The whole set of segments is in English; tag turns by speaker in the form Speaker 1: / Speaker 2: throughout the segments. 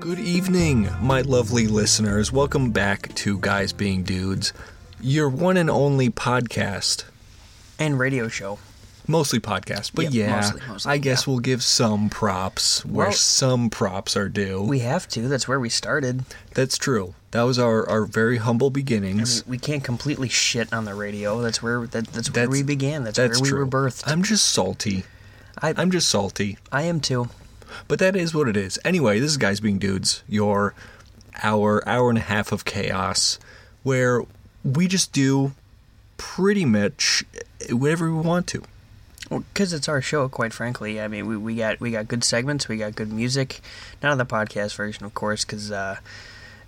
Speaker 1: Good evening, my lovely listeners. Welcome back to Guys Being Dudes, your one and only podcast.
Speaker 2: and radio show.
Speaker 1: Mostly podcast, but
Speaker 2: Yeah,
Speaker 1: yeah,
Speaker 2: mostly, mostly,
Speaker 1: I guess we'll give some props where
Speaker 2: Well-
Speaker 1: some props are due.
Speaker 2: We have to. That's where we started.
Speaker 1: That's true. That was our, our very humble
Speaker 2: I
Speaker 1: beginnings.
Speaker 2: mean, we can't completely shit on the radio. That's where that, that's where
Speaker 1: That's-
Speaker 2: we began. That's,
Speaker 1: That's
Speaker 2: where we
Speaker 1: true.
Speaker 2: were birthed.
Speaker 1: I'm just salty.
Speaker 2: I
Speaker 1: I'm just salty.
Speaker 2: I am too.
Speaker 1: But that is what it is. Anyway, this is Guys Being Dudes, your hour, hour and a half of chaos, where we just do pretty much whatever we want to.
Speaker 2: Because it's our show, quite frankly. I mean, we, we got we got good segments. We got good music. Not on the podcast version, of course, because uh,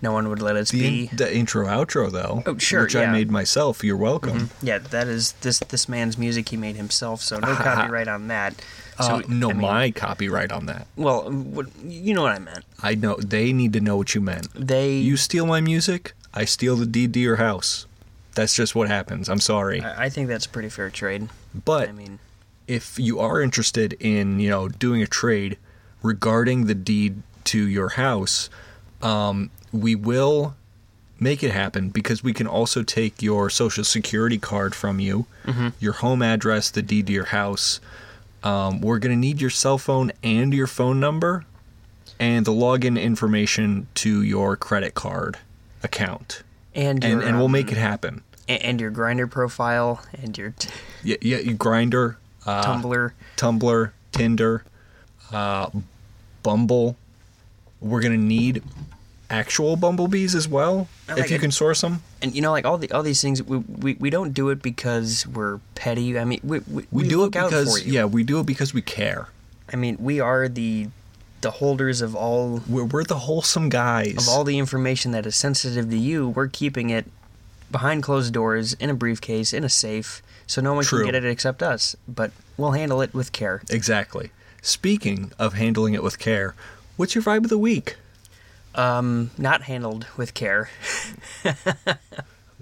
Speaker 2: no one would let us
Speaker 1: The,
Speaker 2: be.
Speaker 1: in, the intro outro though,
Speaker 2: Oh, sure,
Speaker 1: which I
Speaker 2: yeah.
Speaker 1: made myself. You're welcome.
Speaker 2: yeah, that is this this man's music. He made himself, so no copyright on that. Mm-hmm. So
Speaker 1: Uh, no,
Speaker 2: I mean,
Speaker 1: my copyright on that.
Speaker 2: Well, what, you know what I meant.
Speaker 1: I know they need to know what you meant.
Speaker 2: They
Speaker 1: You steal my music, I steal the deed to your house. That's just what happens. I'm sorry,
Speaker 2: I I think that's a pretty fair trade.
Speaker 1: but
Speaker 2: I mean,
Speaker 1: if you are interested in you know doing a trade regarding the deed to your house, um, we will make it happen because we can also take your social security card from you,
Speaker 2: Mm-hmm.
Speaker 1: your home address, the deed to your house. Um, we're gonna need your cell phone and your phone number, and the login information to your credit card account,
Speaker 2: and
Speaker 1: and
Speaker 2: your,
Speaker 1: and we'll
Speaker 2: um,
Speaker 1: make it happen.
Speaker 2: a- and your grinder profile and your t-
Speaker 1: Yeah, yeah, grinder. Uh,
Speaker 2: Tumblr.
Speaker 1: Tumblr, Tinder, uh, Bumble. We're gonna need actual bumblebees as well
Speaker 2: I
Speaker 1: if
Speaker 2: like
Speaker 1: you
Speaker 2: it.
Speaker 1: can source them.
Speaker 2: And you know, like all the all these things, we, we, we don't do it because we're petty. I mean, we we,
Speaker 1: We, do it
Speaker 2: look out for
Speaker 1: because
Speaker 2: you.
Speaker 1: yeah, we do it because we care.
Speaker 2: I mean, we are the the holders of all
Speaker 1: We're, we're the wholesome guys.
Speaker 2: of all the information that is sensitive to you. We're keeping it behind closed doors in a briefcase in a safe, so no one
Speaker 1: True.
Speaker 2: can get it except us. But we'll handle it with care.
Speaker 1: exactly. Speaking of handling it with care, what's your vibe of the week?
Speaker 2: Um, not handled with care.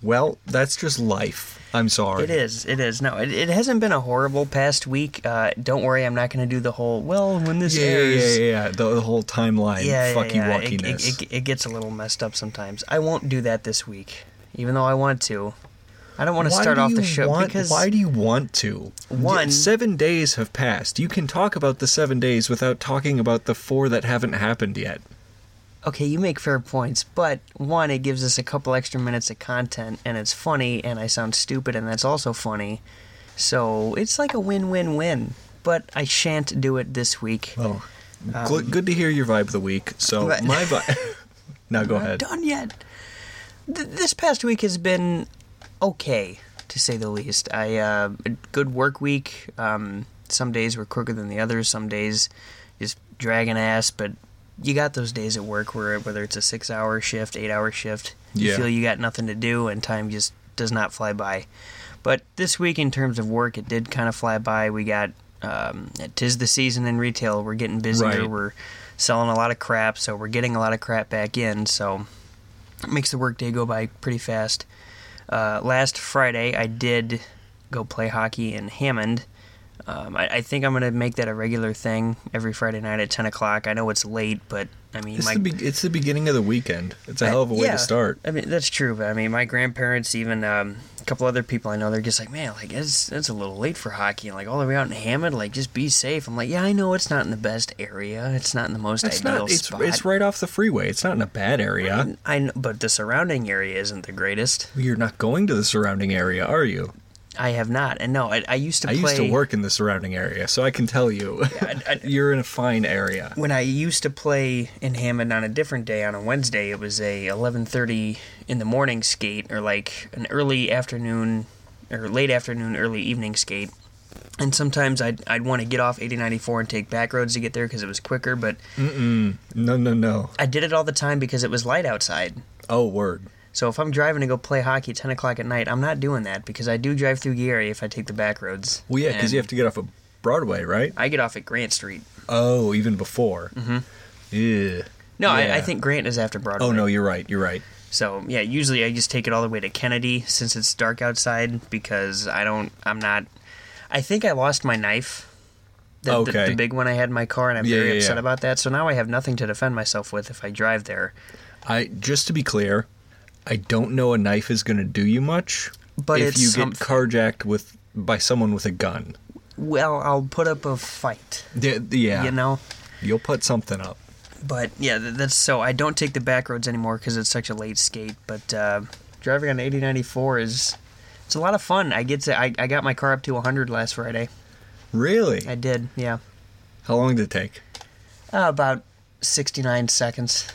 Speaker 1: Well, that's just life. I'm sorry.
Speaker 2: It is. It is. No, it, it hasn't been a horrible past week. Uh, don't worry, I'm not going to do the whole. Well, when this
Speaker 1: Yeah, yeah,
Speaker 2: airs,
Speaker 1: yeah, yeah. The, the whole timeline
Speaker 2: yeah,
Speaker 1: fucky
Speaker 2: yeah, yeah. It,
Speaker 1: walkiness.
Speaker 2: it, it, it gets a little messed up sometimes. I won't do that this week, even though I want to. I don't want to
Speaker 1: Why
Speaker 2: start
Speaker 1: do
Speaker 2: off
Speaker 1: you
Speaker 2: the show
Speaker 1: want-
Speaker 2: because
Speaker 1: why do you want to?
Speaker 2: One-
Speaker 1: seven days have passed. You can talk about the seven days without talking about the four that haven't happened yet.
Speaker 2: okay, you make fair points, but one, it gives us a couple extra minutes of content, and it's funny, and I sound stupid, and that's also funny. So it's like a win-win-win. But I shan't do it this week.
Speaker 1: Well, gl- good to hear your vibe of the week. So
Speaker 2: Um, but-
Speaker 1: my vibe. now go ahead.
Speaker 2: done yet. Th- this past week has been okay, to say the least. I uh, a good work week. Um, some days were quicker than the others. Some days just dragging ass. But you got those days at work where whether it's a six-hour shift, eight-hour shift, you
Speaker 1: Yeah.
Speaker 2: feel you got nothing to do, and time just does not fly by. But this week, in terms of work, it did kind of fly by. We got um, tis the season in retail. We're getting busier.
Speaker 1: Right.
Speaker 2: We're selling a lot of crap, so we're getting a lot of crap back in. So it makes the workday go by pretty fast. Uh, last Friday, I did go play hockey in Hammond. Um, I, I think I'm going to make that a regular thing every Friday night at 10 o'clock. I know it's late, but I mean,
Speaker 1: It's,
Speaker 2: my
Speaker 1: the be- it's the beginning of the weekend. It's a hell of a way
Speaker 2: yeah.
Speaker 1: to start.
Speaker 2: I mean, that's true. But I mean, my grandparents, even um, a couple other people I know, they're just like, man, like it's that's a little late for hockey, and like all the way out in Hammond, like just be safe. I'm like, yeah, I know it's not in the best area, it's not in the most
Speaker 1: It's
Speaker 2: ideal
Speaker 1: not. It's,
Speaker 2: spot.
Speaker 1: it's right off the freeway. It's not in a bad area.
Speaker 2: I know, but the surrounding area isn't the greatest.
Speaker 1: You're not going to the surrounding area, are you?
Speaker 2: I have not, and no, I, I used to
Speaker 1: I
Speaker 2: play.
Speaker 1: used to work in the surrounding area, so I can tell you,
Speaker 2: I- I-
Speaker 1: you're in a fine area.
Speaker 2: when I used to play in Hammond on a different day on a Wednesday, it was a 11:30 in the morning skate or like an early afternoon or late afternoon early evening skate. And sometimes I'd, I'd want to get off 8094 and take back roads to get there because it was quicker, but
Speaker 1: No, no, no.
Speaker 2: I did it all the time because it was light outside.
Speaker 1: Oh, word.
Speaker 2: So if I'm driving to go play hockey at 10 o'clock at night, I'm not doing that because I do drive through Gary if I take the back roads.
Speaker 1: Well, yeah, because you have to get off of Broadway, right?
Speaker 2: I get off at Grant Street.
Speaker 1: Oh, even before. Mm-hmm.
Speaker 2: No,
Speaker 1: Yeah.
Speaker 2: I, I think Grant is after Broadway.
Speaker 1: Oh no, you're right. You're right.
Speaker 2: So yeah, usually I just take it all the way to Kennedy since it's dark outside because I don't I'm not I think I lost my knife The, the- the,
Speaker 1: Okay.
Speaker 2: big one I had in my car, and I'm
Speaker 1: Yeah,
Speaker 2: very
Speaker 1: yeah,
Speaker 2: upset
Speaker 1: yeah.
Speaker 2: about that. So now I have nothing to defend myself with if I drive there.
Speaker 1: I just to be clear, I don't know a knife is going to do you much,
Speaker 2: But
Speaker 1: if
Speaker 2: it's
Speaker 1: you
Speaker 2: something.
Speaker 1: get carjacked with by someone with a gun,
Speaker 2: Well, I'll put up a fight,
Speaker 1: yeah, yeah
Speaker 2: you know.
Speaker 1: you'll put something up.
Speaker 2: But yeah, th- that's so. I don't take the back roads anymore because it's such a late skate. But uh, driving on 8094 is it's a lot of fun. I get to I, I got my car up to 100 last Friday.
Speaker 1: Really?
Speaker 2: I did, yeah.
Speaker 1: How long did it take?
Speaker 2: Uh, about 69 seconds.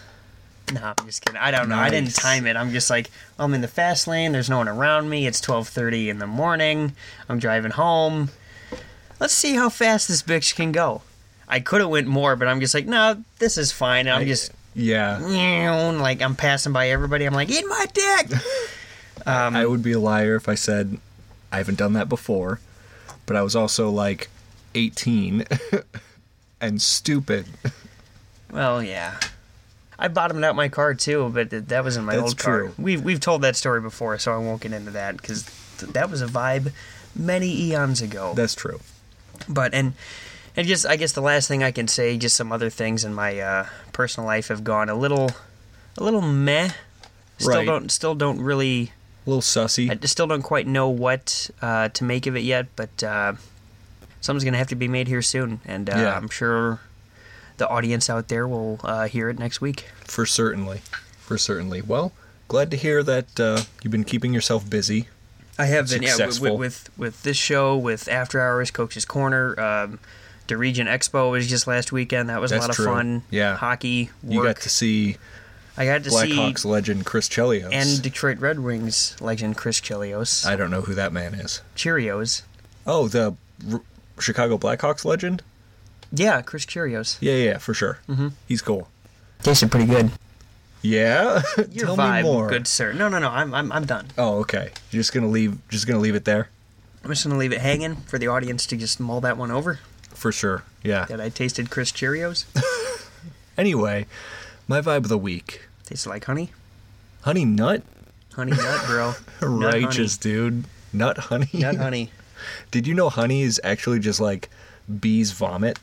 Speaker 2: No, I'm just kidding. I don't know. I didn't
Speaker 1: Nice.
Speaker 2: time it. I'm just like I'm in the fast lane. There's no one around me. It's 12:30 in the morning. I'm driving home. Let's see how fast this bitch can go. I could have went more, but I'm just like, no, this is fine. I'm just
Speaker 1: Yeah,
Speaker 2: like I'm passing by everybody. I'm like, eat my dick.
Speaker 1: I would be a liar if I said I haven't done that before, but I was also like 18 and stupid.
Speaker 2: well, yeah. I bottomed out my car too, but th- that was in my
Speaker 1: That's
Speaker 2: old car.
Speaker 1: true.
Speaker 2: We've we've told that story before, so I won't get into that because th- that was a vibe many eons ago.
Speaker 1: That's true.
Speaker 2: but and and just I guess the last thing I can say, just some other things in my uh, personal life have gone a little a little meh. Still
Speaker 1: Right.
Speaker 2: don't still don't really
Speaker 1: A little sussy.
Speaker 2: I just still don't quite know what uh, to make of it yet, but uh, something's going to have to be made here soon, and uh,
Speaker 1: Yeah.
Speaker 2: I'm sure the audience out there will uh, hear it next week.
Speaker 1: For certainly. For certainly. Well, glad to hear that uh, you've been keeping yourself busy.
Speaker 2: I have been yeah, with,
Speaker 1: Successful.
Speaker 2: with with this show, with After Hours, Coach's Corner, um, the Region Expo was just last weekend. That was
Speaker 1: That's
Speaker 2: a lot of
Speaker 1: true.
Speaker 2: fun.
Speaker 1: Yeah.
Speaker 2: hockey, work.
Speaker 1: You got to see
Speaker 2: I got to see
Speaker 1: Blackhawks legend Chris Chelios.
Speaker 2: and Detroit Red Wings legend Chris Chelios,
Speaker 1: I don't know who that man is.
Speaker 2: Cheerios.
Speaker 1: Oh, the R- Chicago Blackhawks legend?
Speaker 2: Yeah, Chris Cheerios
Speaker 1: Yeah, yeah, for sure. Mm-hmm. He's cool.
Speaker 2: tasted pretty good.
Speaker 1: Yeah?
Speaker 2: Your
Speaker 1: Tell
Speaker 2: vibe,
Speaker 1: me more.
Speaker 2: good sir. No, no, no. I'm I'm I'm done.
Speaker 1: Oh, okay. You're just going to leave just going to leave it there
Speaker 2: I'm just gonna leave it hanging for the audience to just mull that one over.
Speaker 1: for sure. Yeah.
Speaker 2: That I tasted Chris Cheerios.
Speaker 1: Anyway, my vibe of the week.
Speaker 2: Tasted like honey,
Speaker 1: Honey nut?
Speaker 2: honey nut, bro. Nut honey.
Speaker 1: Righteous, dude. Nut honey.
Speaker 2: nut honey.
Speaker 1: Did you know honey is actually just like bees vomit?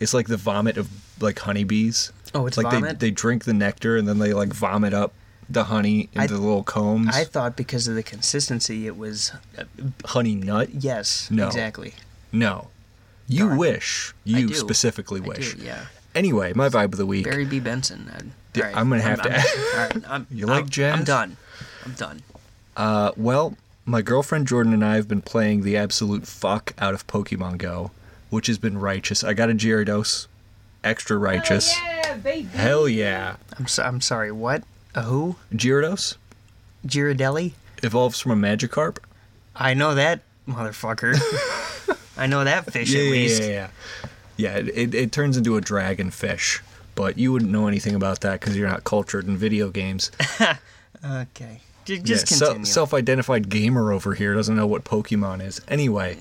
Speaker 1: It's like the vomit of like honeybees.
Speaker 2: Oh, it's
Speaker 1: like
Speaker 2: vomit?
Speaker 1: they they drink the nectar and then they like vomit up the honey into
Speaker 2: I-
Speaker 1: the little combs.
Speaker 2: I thought because of the consistency, it was uh,
Speaker 1: honey nut?
Speaker 2: yes,
Speaker 1: No.
Speaker 2: exactly.
Speaker 1: No. You
Speaker 2: Darn.
Speaker 1: wish. You
Speaker 2: do.
Speaker 1: specifically
Speaker 2: I
Speaker 1: wish.
Speaker 2: do, yeah.
Speaker 1: Anyway, my vibe of the week.
Speaker 2: Barry B. Benson. I'd-
Speaker 1: Yeah,
Speaker 2: all right,
Speaker 1: I'm gonna have to-
Speaker 2: all right, I'm-
Speaker 1: You like
Speaker 2: I'm- I'm
Speaker 1: jazz?
Speaker 2: done. I'm done.
Speaker 1: Uh, well, my girlfriend Jordan and I have been playing the absolute fuck out of Pokemon Go, which has been righteous. I got a Gyarados, extra righteous.
Speaker 3: Oh, Yeah, baby.
Speaker 1: Hell yeah.
Speaker 2: I'm so, I'm sorry. What? A who?
Speaker 1: Gyarados
Speaker 2: Girardelli?
Speaker 1: evolves from a Magikarp.
Speaker 2: I know that motherfucker. I know that fish at least.
Speaker 1: yeah, yeah. Yeah, it, it, it turns into a dragon fish, but you wouldn't know anything about that because you're not cultured in video games.
Speaker 2: Okay. J- just
Speaker 1: Yeah, se-
Speaker 2: continue.
Speaker 1: self-identified gamer over here doesn't know what Pokemon is. Anyway,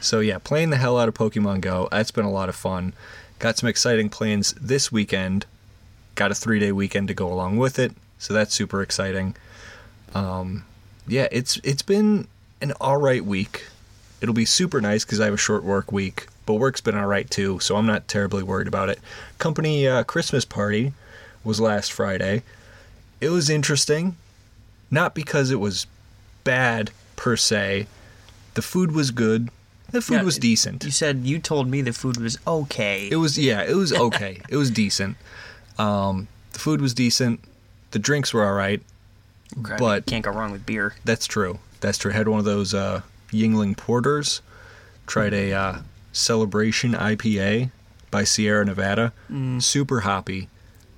Speaker 1: so yeah, playing the hell out of Pokemon Go. That's been a lot of fun. Got some exciting plans this weekend. Got a three-day weekend to go along with it, so that's super exciting. Um, yeah, it's it's been an all right week. It'll be super nice because I have a short work week, but work's been all right too, so I'm not terribly worried about it. Company uh, Christmas party was last Friday. It was interesting not because it was bad per se. The food was good. The food
Speaker 2: Yeah,
Speaker 1: was decent.
Speaker 2: you said you told me the food was okay.
Speaker 1: It was yeah, it was okay. it was decent. Um, the food was decent. The drinks were all right.
Speaker 2: Okay,
Speaker 1: but-
Speaker 2: you can't go wrong with beer.
Speaker 1: That's true. That's true. had one of those uh, Yingling porters. Tried a uh, Celebration IPA by Sierra Nevada. Super hoppy.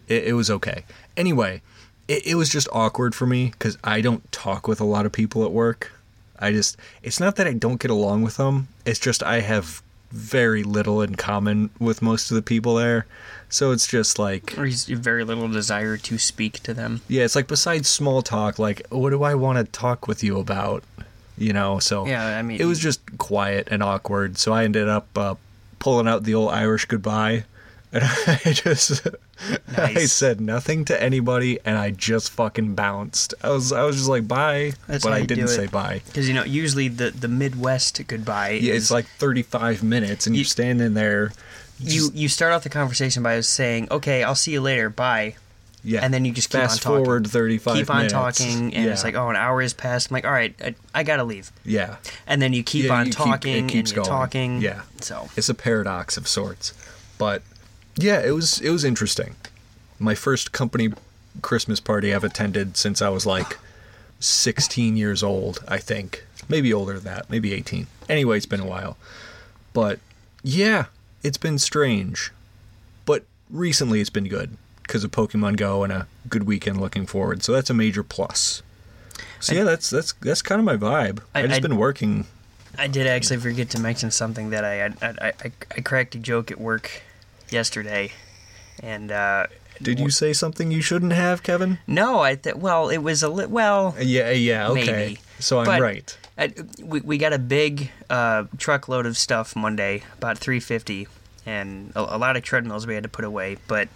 Speaker 1: It, it was okay. Anyway, it, it was just awkward for me because I don't talk with a lot of people at work. I just, it's not that I don't get along with them. It's just I have very little in common with most of the people there. So it's just like.
Speaker 2: Or he's very little desire to speak to them.
Speaker 1: Yeah, it's like besides small talk, like what do I want to talk with you about? You know, so
Speaker 2: Yeah, I mean-
Speaker 1: it was just quiet and awkward. So I ended up uh, pulling out the old Irish goodbye, and I just I said nothing to anybody, and I just fucking bounced. I was I was just like bye,
Speaker 2: That's
Speaker 1: but
Speaker 2: how
Speaker 1: I
Speaker 2: you do
Speaker 1: didn't
Speaker 2: it.
Speaker 1: say bye.
Speaker 2: Because you know, usually the the Midwest goodbye.
Speaker 1: Yeah,
Speaker 2: is,
Speaker 1: it's like 35 minutes, and
Speaker 2: You-
Speaker 1: you're standing there.
Speaker 2: you you start off the conversation by saying, "Okay, I'll see you later. Bye."
Speaker 1: Yeah,
Speaker 2: and then you just keep
Speaker 1: fast
Speaker 2: on talking.
Speaker 1: forward 35.
Speaker 2: keep on
Speaker 1: minutes.
Speaker 2: talking, and
Speaker 1: yeah.
Speaker 2: it's like, "Oh, an hour has passed." I'm like, "All right, I, I gotta leave."
Speaker 1: yeah,
Speaker 2: And then you keep
Speaker 1: Yeah,
Speaker 2: on
Speaker 1: you keep- it
Speaker 2: talking
Speaker 1: keeps
Speaker 2: and you're
Speaker 1: going.
Speaker 2: talking.
Speaker 1: Yeah.
Speaker 2: So
Speaker 1: it's a paradox of sorts, but yeah, it was it was interesting. My first company Christmas party I've attended since I was like 16 years old, I think, maybe older than that, maybe 18. Anyway, it's been a while, but yeah, it's been strange, but recently it's been good because of Pokemon Go and a good weekend looking forward. So that's a major plus. So yeah, that's that's that's kind of my vibe.
Speaker 2: I-
Speaker 1: I, just
Speaker 2: I-
Speaker 1: been working.
Speaker 2: I did actually forget to mention something that I I, I, I, I cracked a joke at work yesterday, and uh,
Speaker 1: Did you say something you shouldn't have, Kevin?
Speaker 2: no, I th- well, it was a li- well.
Speaker 1: Uh, Yeah, yeah, okay.
Speaker 2: Maybe.
Speaker 1: So I'm
Speaker 2: But-
Speaker 1: right.
Speaker 2: I, we, we got a big uh, truckload of stuff Monday, about 350, and a, a lot of treadmills we had to put away. But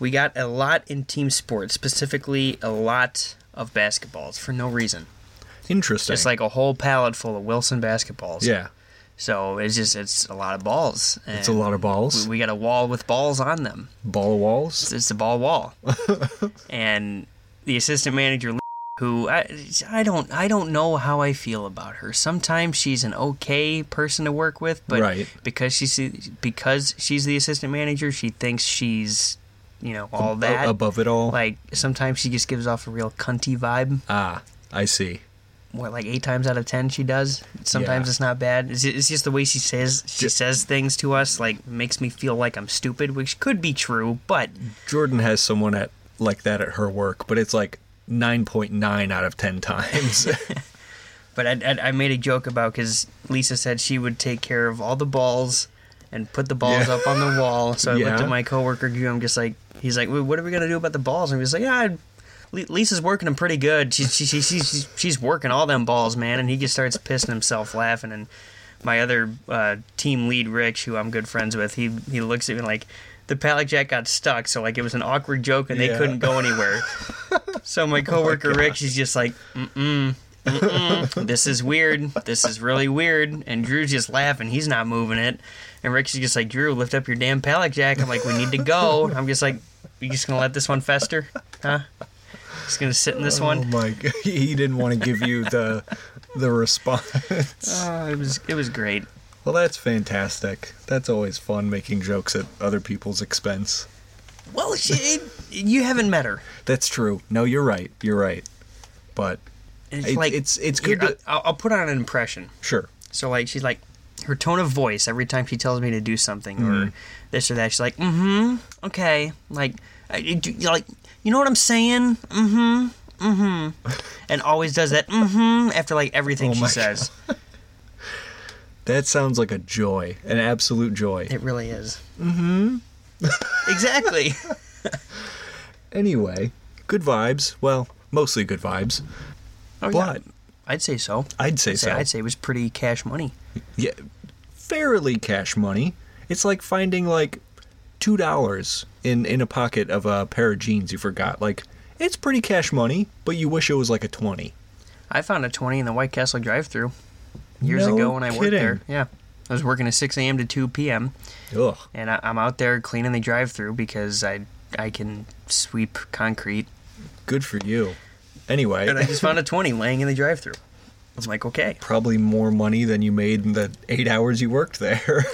Speaker 2: we got a lot in team sports, specifically a lot of basketballs for no reason.
Speaker 1: Interesting.
Speaker 2: It's like a whole pallet full of Wilson basketballs.
Speaker 1: yeah,
Speaker 2: So it's just it's a lot of balls. And
Speaker 1: it's a lot of balls,
Speaker 2: We, we got a wall with balls on them.
Speaker 1: ball walls.
Speaker 2: It's the ball wall. and the assistant manager, who I, I don't I don't know how I feel about her. Sometimes she's an okay person to work with, but
Speaker 1: Right.
Speaker 2: because she's because she's the assistant manager, she thinks she's you know all that.
Speaker 1: A- above it all.
Speaker 2: like sometimes she just gives off a real cunty vibe.
Speaker 1: ah, I see.
Speaker 2: What like eight times out of ten she does. Sometimes
Speaker 1: Yeah.
Speaker 2: it's not bad. It's, it's just the way she says she
Speaker 1: Ju-
Speaker 2: says things to us like makes me feel like I'm stupid, which could be true, but
Speaker 1: Jordan has someone at like that at her work, but it's like 9.9 out of 10 times.
Speaker 2: But I, I, I made a joke about because Lisa said she would take care of all the balls and put the balls
Speaker 1: Yeah.
Speaker 2: up on the wall. So I looked
Speaker 1: Yeah.
Speaker 2: at my coworker Drew. I'm just like, he's like, "Well, what are we gonna do about the balls? And he was like, yeah, I- Li- Lisa's working them pretty good. She, she, she, she, she's she's working all them balls, man. And he just starts pissing himself laughing. And my other uh, team lead, Rich, who I'm good friends with, he he looks at me like. The pallet jack got stuck, so like it was an awkward joke, and they
Speaker 1: Yeah. Oh
Speaker 2: couldn't go anywhere. so my coworker Rich is just like, this is weird. This is really weird. And Drew's just laughing. He's not moving it. And Rick's just like, Drew, lift up your damn pallet jack. I'm like, we need to go. And I'm just like, you just gonna let this one fester, huh? Just gonna sit in this
Speaker 1: oh
Speaker 2: one.
Speaker 1: my god. He didn't want to give you the the response.
Speaker 2: Oh, it was it was great.
Speaker 1: Well, that's fantastic. That's always fun making jokes at other people's expense.
Speaker 2: Well, she, you haven't met her.
Speaker 1: That's true. No, you're right. You're right. But
Speaker 2: It's
Speaker 1: It-
Speaker 2: like
Speaker 1: it's- it's
Speaker 2: here,
Speaker 1: good to-
Speaker 2: I- I'll, I'll put on an impression.
Speaker 1: sure.
Speaker 2: So like she's like her tone of voice every time she tells me to do something
Speaker 1: Mm-hmm.
Speaker 2: or this or that. She's like, mm-hmm, okay, like, I, you do- you like you know what I'm saying? Mm-hmm, mm-hmm, and always does that mm-hmm after like everything
Speaker 1: Oh
Speaker 2: she
Speaker 1: my
Speaker 2: says.
Speaker 1: That sounds like a joy, an absolute joy.
Speaker 2: It really is. Mm-hmm. exactly.
Speaker 1: Anyway, good vibes. Well, mostly good vibes.
Speaker 2: Oh, yeah.
Speaker 1: But
Speaker 2: I'd say so.
Speaker 1: I'd say so.
Speaker 2: I'd say it was pretty cash money.
Speaker 1: yeah, fairly cash money. It's like finding like two dollars in in a pocket of a pair of jeans you forgot. Like it's pretty cash money, but you wish it was like a twenty.
Speaker 2: I found a twenty in the White Castle drive-through years
Speaker 1: No
Speaker 2: ago when I worked
Speaker 1: kidding.
Speaker 2: there. Yeah, I was working at six a.m. to two p.m.
Speaker 1: Ugh.
Speaker 2: and I, I'm out there cleaning the drive-through because I I can sweep concrete.
Speaker 1: Good for you. Anyway,
Speaker 2: And I just found a 20 laying in the drive-through. I was like, okay,
Speaker 1: probably more money than you made in the eight hours you worked there.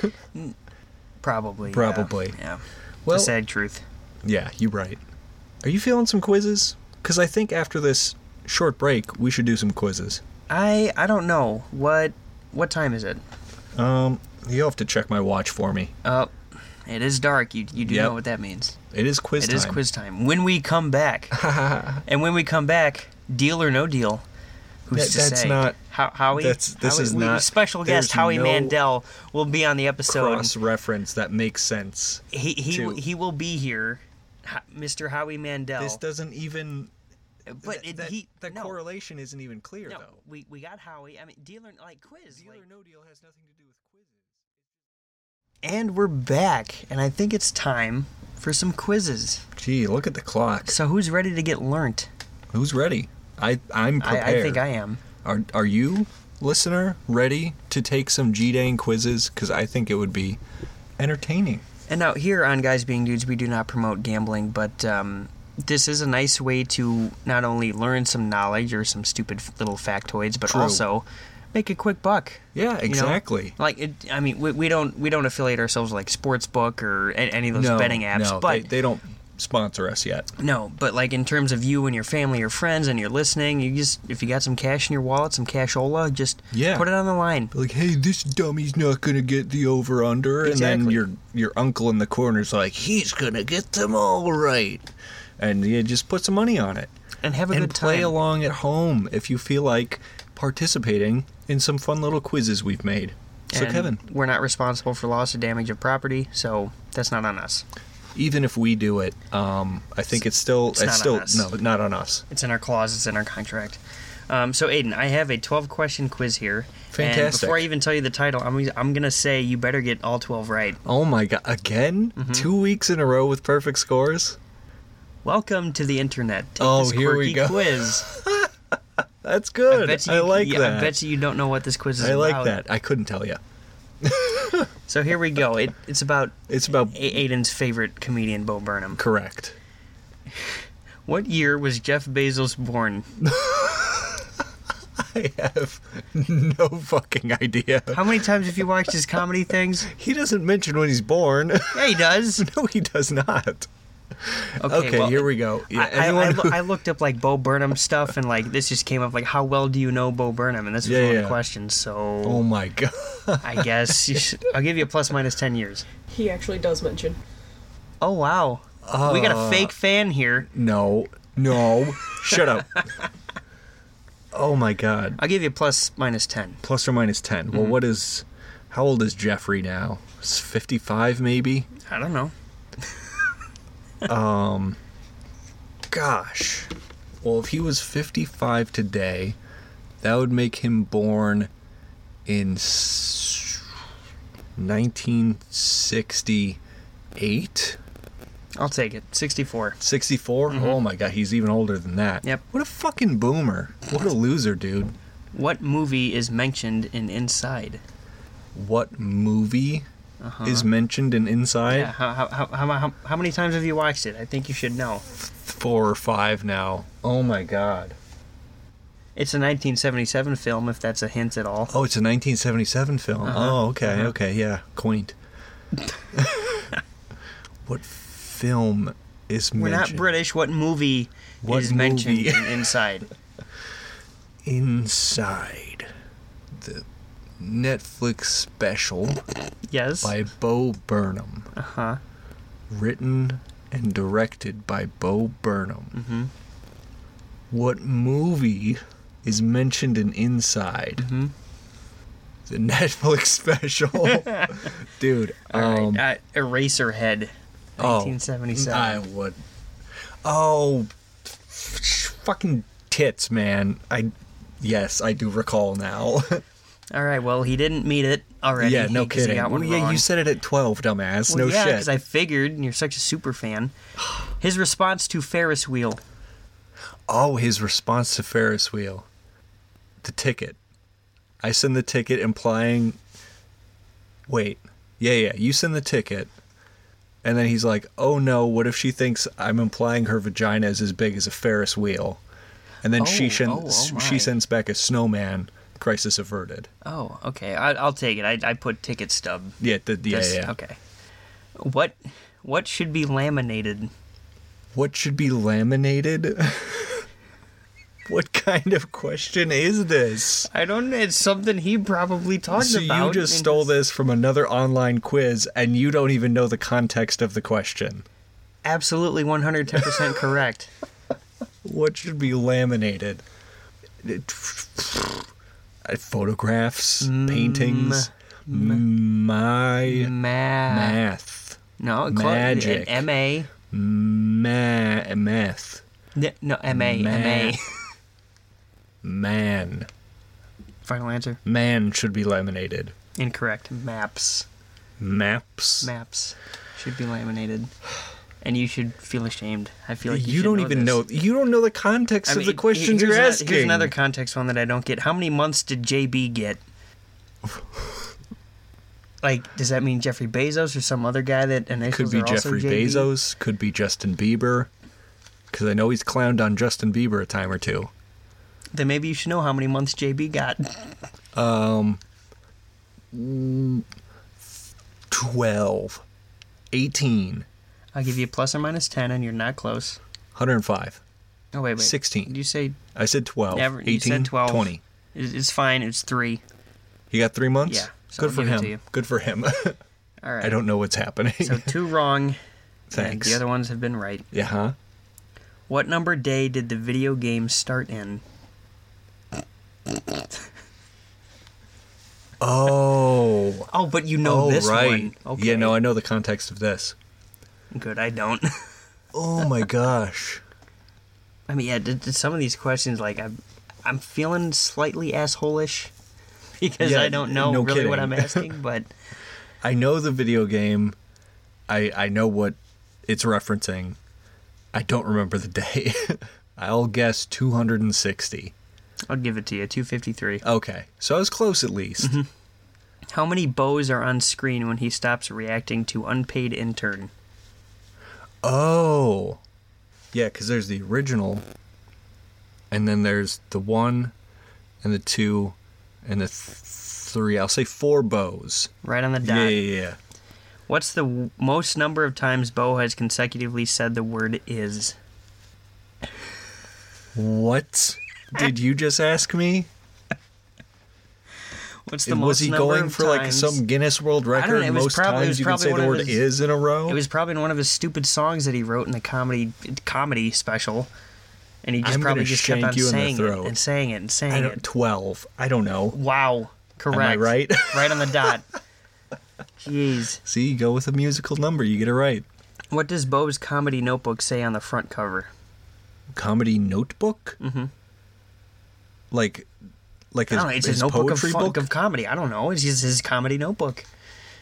Speaker 2: probably, yeah,
Speaker 1: Probably.
Speaker 2: yeah.
Speaker 1: Well-
Speaker 2: the sad truth.
Speaker 1: yeah, you're right. Are you feeling some quizzes? Because I think after this short break, we should do some quizzes.
Speaker 2: I I don't know what what time is it.
Speaker 1: Um, you'll have to check my watch for me.
Speaker 2: Uh, it is dark. You you do
Speaker 1: Yep.
Speaker 2: know what that means.
Speaker 1: It is quiz
Speaker 2: It
Speaker 1: time.
Speaker 2: is quiz time. When we come back, and when we come back, deal or no deal.
Speaker 1: That-
Speaker 2: Who's to
Speaker 1: that's
Speaker 2: say?
Speaker 1: not-
Speaker 2: How, Howie.
Speaker 1: that's- this
Speaker 2: Howie-
Speaker 1: is
Speaker 2: we-
Speaker 1: not-
Speaker 2: Special guest
Speaker 1: there's
Speaker 2: Howie
Speaker 1: no
Speaker 2: Mandel will be on the episode.
Speaker 1: Cross reference that makes sense.
Speaker 2: he he
Speaker 1: to-
Speaker 2: he will be here, Ho- Mr. Howie Mandel.
Speaker 1: This doesn't even.
Speaker 2: but it,
Speaker 1: that,
Speaker 2: he
Speaker 1: that
Speaker 2: no,
Speaker 1: correlation isn't even clear
Speaker 2: no,
Speaker 1: though.
Speaker 2: we we got Howie. I mean, dealer like quiz.
Speaker 1: Deal
Speaker 2: like-
Speaker 1: or no deal has nothing to do with quizzes.
Speaker 2: And we're back, and I think it's time for some quizzes.
Speaker 1: Gee, look at the clock.
Speaker 2: So, who's ready to get learnt?
Speaker 1: Who's ready? I I'm prepared.
Speaker 2: I, I think I am.
Speaker 1: Are are you, listener, ready to take some G Dang quizzes? Because I think it would be entertaining.
Speaker 2: And out here on Guys Being Dudes, we do not promote gambling, but um, this is a nice way to not only learn some knowledge or some stupid little factoids, but
Speaker 1: True.
Speaker 2: also make a quick buck.
Speaker 1: Yeah,
Speaker 2: you know?
Speaker 1: exactly.
Speaker 2: Like, it, I mean, we, we don't we don't affiliate ourselves with, like sportsbook or a- any of those betting apps,
Speaker 1: no,
Speaker 2: but
Speaker 1: they, they don't sponsor us yet.
Speaker 2: No, but like in terms of you and your family or friends and you're listening, you just if you got some cash in your wallet, some cashola, just
Speaker 1: Yeah.
Speaker 2: put it on the line.
Speaker 1: Like, hey, this dummy's not gonna get the over under, and then
Speaker 2: Exactly.
Speaker 1: your your uncle in the corner's like, he's gonna get them all right, and you just put some money on it
Speaker 2: And have a
Speaker 1: and
Speaker 2: good
Speaker 1: play
Speaker 2: time.
Speaker 1: along at home if you feel like participating in some fun little quizzes we've made. So,
Speaker 2: And
Speaker 1: Kevin,
Speaker 2: We're not responsible for loss or damage of property, so that's not on us.
Speaker 1: even if we do it, um, I think it's still it's,
Speaker 2: not on
Speaker 1: still
Speaker 2: us.
Speaker 1: no, not on us.
Speaker 2: It's in our clause, it's in our contract. Um, so Aiden, I have a twelve question quiz here. And
Speaker 1: Fantastic.
Speaker 2: before I even tell you the title, I'm I'm gonna say you better get all twelve right.
Speaker 1: Oh my god! Again,
Speaker 2: Mm-hmm.
Speaker 1: two weeks in a row with perfect scores.
Speaker 2: Welcome to the internet. Take
Speaker 1: Oh,
Speaker 2: this
Speaker 1: here we
Speaker 2: quirky
Speaker 1: go.
Speaker 2: Quiz.
Speaker 1: That's good. I,
Speaker 2: bet you,
Speaker 1: like
Speaker 2: yeah,
Speaker 1: that.
Speaker 2: I bet you you don't know what this quiz is
Speaker 1: I like
Speaker 2: about.
Speaker 1: that. I couldn't tell you.
Speaker 2: So here we go. It, it's about
Speaker 1: It's about
Speaker 2: A- Aiden's favorite comedian, Bo Burnham.
Speaker 1: correct.
Speaker 2: What year was Jeff Bezos born?
Speaker 1: I have no fucking idea.
Speaker 2: How many times have you watched his comedy things?
Speaker 1: He doesn't mention when he's born.
Speaker 2: Yeah, he does.
Speaker 1: no, he does not. Okay,
Speaker 2: well,
Speaker 1: here we go. Yeah,
Speaker 2: I, I-
Speaker 1: anyone
Speaker 2: I,
Speaker 1: who-
Speaker 2: I looked up like Bo Burnham stuff, and like this just came up like, how well do you know Bo Burnham? And this was
Speaker 1: Yeah,
Speaker 2: one of
Speaker 1: yeah.
Speaker 2: the questions.
Speaker 1: Oh
Speaker 2: So
Speaker 1: my god.
Speaker 2: I guess you should, I'll give you a plus minus ten years.
Speaker 3: He actually does mention.
Speaker 2: Oh wow, we got
Speaker 1: Uh.
Speaker 2: a fake fan here.
Speaker 1: No, no. Shut up. Oh my god.
Speaker 2: I'll give you a plus minus ten.
Speaker 1: Plus or minus 10. Well,
Speaker 2: Mm-hmm.
Speaker 1: what is. How old is Jeffrey now? It's 55 maybe?
Speaker 2: I don't know.
Speaker 1: Gosh. Well, if he was 55 today, that would make him born in s- 1968.
Speaker 2: I'll take it. Sixty-four.
Speaker 1: 64? Oh my god, he's even older than that.
Speaker 2: Mm-hmm. Yep.
Speaker 1: What a fucking boomer. What a loser, dude.
Speaker 2: What movie is mentioned in Inside?
Speaker 1: What movie is mentioned in Inside?
Speaker 2: Uh-huh. Yeah, how, how, how, how, how, how many times have you watched it? I think you should know.
Speaker 1: Four or five now. Oh my god.
Speaker 2: It's a 1977 film, if that's a hint at all.
Speaker 1: Oh, it's a 1977 film.
Speaker 2: Uh-huh.
Speaker 1: Oh, okay, okay, yeah, quaint. what film is
Speaker 2: We're
Speaker 1: mentioned?
Speaker 2: not British. What movie
Speaker 1: What
Speaker 2: is mentioned
Speaker 1: movie?
Speaker 2: in Inside?
Speaker 1: Inside the Netflix special
Speaker 2: Yes.
Speaker 1: by Bo Burnham,
Speaker 2: Uh huh.
Speaker 1: written and directed by Bo Burnham.
Speaker 2: Mm-hmm.
Speaker 1: What movie is mentioned in Inside?
Speaker 2: Mm-hmm.
Speaker 1: The Netflix special, dude. um,
Speaker 2: uh, Eraserhead,
Speaker 1: Oh,
Speaker 2: 1977.
Speaker 1: I would. Oh, f- fucking tits, man. I. Yes, I do recall now.
Speaker 2: all right. Well, he didn't meet it already.
Speaker 1: yeah, no
Speaker 2: he- 'cause
Speaker 1: kidding.
Speaker 2: He got one
Speaker 1: Well, yeah,
Speaker 2: wrong.
Speaker 1: you said it at twelve, dumbass. no
Speaker 2: Well, yeah,
Speaker 1: shit.
Speaker 2: because I figured and you're such a super fan. His response to Ferris Wheel.
Speaker 1: Oh, his response to Ferris wheel, the ticket. I send the ticket, implying. Wait, yeah, yeah. You send the ticket, and then he's like, "Oh no, what if she thinks I'm implying her vagina is as big as a Ferris wheel?" And then she
Speaker 2: Oh,
Speaker 1: shen-
Speaker 2: oh, oh
Speaker 1: she
Speaker 2: my.
Speaker 1: sends back a snowman. Crisis averted.
Speaker 2: Oh, okay. I, I'll take it. I, I put ticket stub.
Speaker 1: Yeah, the, yeah,
Speaker 2: This-
Speaker 1: yeah.
Speaker 2: Okay. What what should be laminated?
Speaker 1: What should be laminated? what kind of question is this?
Speaker 2: I don't. know. It's something he probably talked
Speaker 1: So
Speaker 2: about.
Speaker 1: you just
Speaker 2: and
Speaker 1: stole this from another online quiz, and you don't even know the context of the question.
Speaker 2: Absolutely, one hundred ten percent correct.
Speaker 1: What should be laminated? It- uh, Photographs,
Speaker 2: Mm,
Speaker 1: paintings, my
Speaker 2: Math.
Speaker 1: math,
Speaker 2: No, clo-
Speaker 1: Magic.
Speaker 2: an M A.
Speaker 1: ma- math,
Speaker 2: N- No, M A. M A.
Speaker 1: Math. man,
Speaker 2: Final answer.
Speaker 1: man should be laminated.
Speaker 2: Incorrect. Maps.
Speaker 1: maps.
Speaker 2: Maps should be laminated, and you should feel ashamed. I feel like
Speaker 1: you,
Speaker 2: you, should
Speaker 1: don't even
Speaker 2: this.
Speaker 1: know. You don't know the context
Speaker 2: I mean,
Speaker 1: of the questions
Speaker 2: here's
Speaker 1: you're
Speaker 2: ano-
Speaker 1: asking.
Speaker 2: Here's another context one that I don't get. How many months did JB get? like, does that mean Jeffrey Bezos or some other guy that
Speaker 1: could
Speaker 2: initials
Speaker 1: be
Speaker 2: are also
Speaker 1: Jeffrey
Speaker 2: JB?
Speaker 1: Bezos. Could be Justin Bieber. Because I know he's clowned on Justin Bieber a time or two.
Speaker 2: Then maybe you should know how many months JB got.
Speaker 1: Twelve. Eighteen.
Speaker 2: I'll give you plus or minus ten, and you're not close.
Speaker 1: 105.
Speaker 2: Oh wait, wait.
Speaker 1: 16.
Speaker 2: Did you say
Speaker 1: I said 12.
Speaker 2: Never-
Speaker 1: 18,
Speaker 2: you said 12.
Speaker 1: 20.
Speaker 2: it- it's fine? It's three.
Speaker 1: He got three months?
Speaker 2: Yeah, so
Speaker 1: Good
Speaker 2: I'll
Speaker 1: for
Speaker 2: give it to
Speaker 1: him.
Speaker 2: you.
Speaker 1: Good for him.
Speaker 2: All right.
Speaker 1: I don't know what's happening.
Speaker 2: So two wrong. And
Speaker 1: Thanks.
Speaker 2: the other ones have been right.
Speaker 1: yeah, huh?
Speaker 2: What number day did the video game start in?
Speaker 1: Oh.
Speaker 2: Oh, but you know
Speaker 1: oh,
Speaker 2: this
Speaker 1: right.
Speaker 2: one. Okay.
Speaker 1: Yeah, no, I know the context of this.
Speaker 2: Good, I don't.
Speaker 1: Oh my gosh.
Speaker 2: I mean, yeah, d d- some of these questions, like, I'm, I'm feeling slightly asshole-ish because
Speaker 1: Yeah,
Speaker 2: I don't know
Speaker 1: no
Speaker 2: really what I'm
Speaker 1: kidding.
Speaker 2: asking, but
Speaker 1: I know the video game. I I know what it's referencing. I don't remember the day. I'll guess 260.
Speaker 2: I'll give it to you. 253.
Speaker 1: Okay. So I was close at least.
Speaker 2: How many bows are on screen when he stops reacting to unpaid intern?
Speaker 1: Oh. Yeah, because there's the original, and then there's the one, and the two, and the th- three. I'll say four bows.
Speaker 2: Right on the dot.
Speaker 1: Yeah, yeah, yeah.
Speaker 2: What's the w- most number of times Bo has consecutively said the word is?
Speaker 1: What did you just ask me?
Speaker 2: What's the
Speaker 1: And
Speaker 2: most
Speaker 1: was he
Speaker 2: number
Speaker 1: going
Speaker 2: of
Speaker 1: for like
Speaker 2: times-
Speaker 1: some Guinness World Record?
Speaker 2: it was
Speaker 1: most
Speaker 2: probably- it
Speaker 1: times
Speaker 2: was
Speaker 1: you can
Speaker 2: probably
Speaker 1: say
Speaker 2: one
Speaker 1: the
Speaker 2: of
Speaker 1: word
Speaker 2: his-
Speaker 1: "is" in a row.
Speaker 2: It was probably in one of his stupid songs that he wrote in the comedy comedy special, and he just
Speaker 1: I'm gonna
Speaker 2: probably just kept
Speaker 1: shank
Speaker 2: on
Speaker 1: you in the
Speaker 2: saying it
Speaker 1: throat.
Speaker 2: and saying it and
Speaker 1: I
Speaker 2: saying
Speaker 1: don't,
Speaker 2: it.
Speaker 1: twelve. I don't know.
Speaker 2: Wow, correct.
Speaker 1: right?
Speaker 2: right on the dot. Jeez,
Speaker 1: See, you go with a musical number, you get it right.
Speaker 2: what does Bo's comedy notebook say on the front cover?
Speaker 1: Comedy notebook. Mm-hmm. Like, like
Speaker 2: I
Speaker 1: his,
Speaker 2: don't know. It's
Speaker 1: his
Speaker 2: a notebook of,
Speaker 1: poetry
Speaker 2: fun-
Speaker 1: book.
Speaker 2: of comedy. I don't know. It's just his comedy notebook.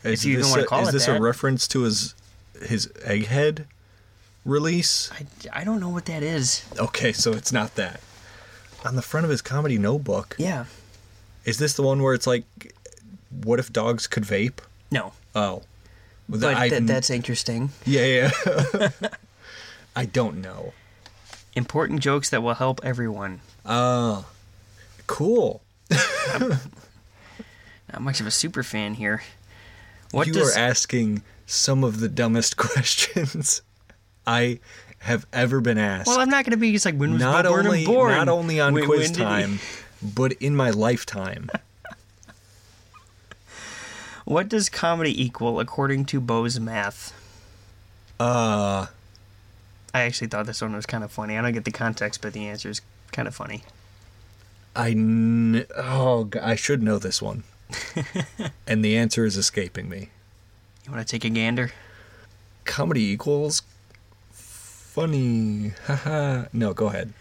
Speaker 1: Is
Speaker 2: if you even
Speaker 1: this
Speaker 2: wanna
Speaker 1: a-
Speaker 2: call
Speaker 1: is
Speaker 2: it
Speaker 1: this a
Speaker 2: that.
Speaker 1: reference to his his egghead release?
Speaker 2: I, I don't know what that is.
Speaker 1: Okay, so it's not that. On the front of his comedy notebook,
Speaker 2: Yeah.
Speaker 1: is this the one where it's like, what if dogs could vape?
Speaker 2: No.
Speaker 1: Oh, Well,
Speaker 2: But
Speaker 1: I-
Speaker 2: that, that's interesting.
Speaker 1: yeah, yeah. yeah. I don't know.
Speaker 2: Important jokes that will help everyone.
Speaker 1: Uh cool.
Speaker 2: Not much of a super fan here. What
Speaker 1: you
Speaker 2: does
Speaker 1: are asking some of the dumbest questions I have ever been asked.
Speaker 2: Well, I'm not going to be just like when was
Speaker 1: not
Speaker 2: Bo Burnham
Speaker 1: only
Speaker 2: born?
Speaker 1: not only on
Speaker 2: When- when
Speaker 1: quiz
Speaker 2: did he-
Speaker 1: time, but in my lifetime.
Speaker 2: What does comedy equal according to Bo's math?
Speaker 1: Uh,
Speaker 2: I actually thought this one was kind of funny. I don't get the context, but the answer is kind of funny.
Speaker 1: I kn- oh g- I should know this one, and the answer is escaping me.
Speaker 2: You want to take a gander?
Speaker 1: Comedy equals funny. Haha. no, go ahead.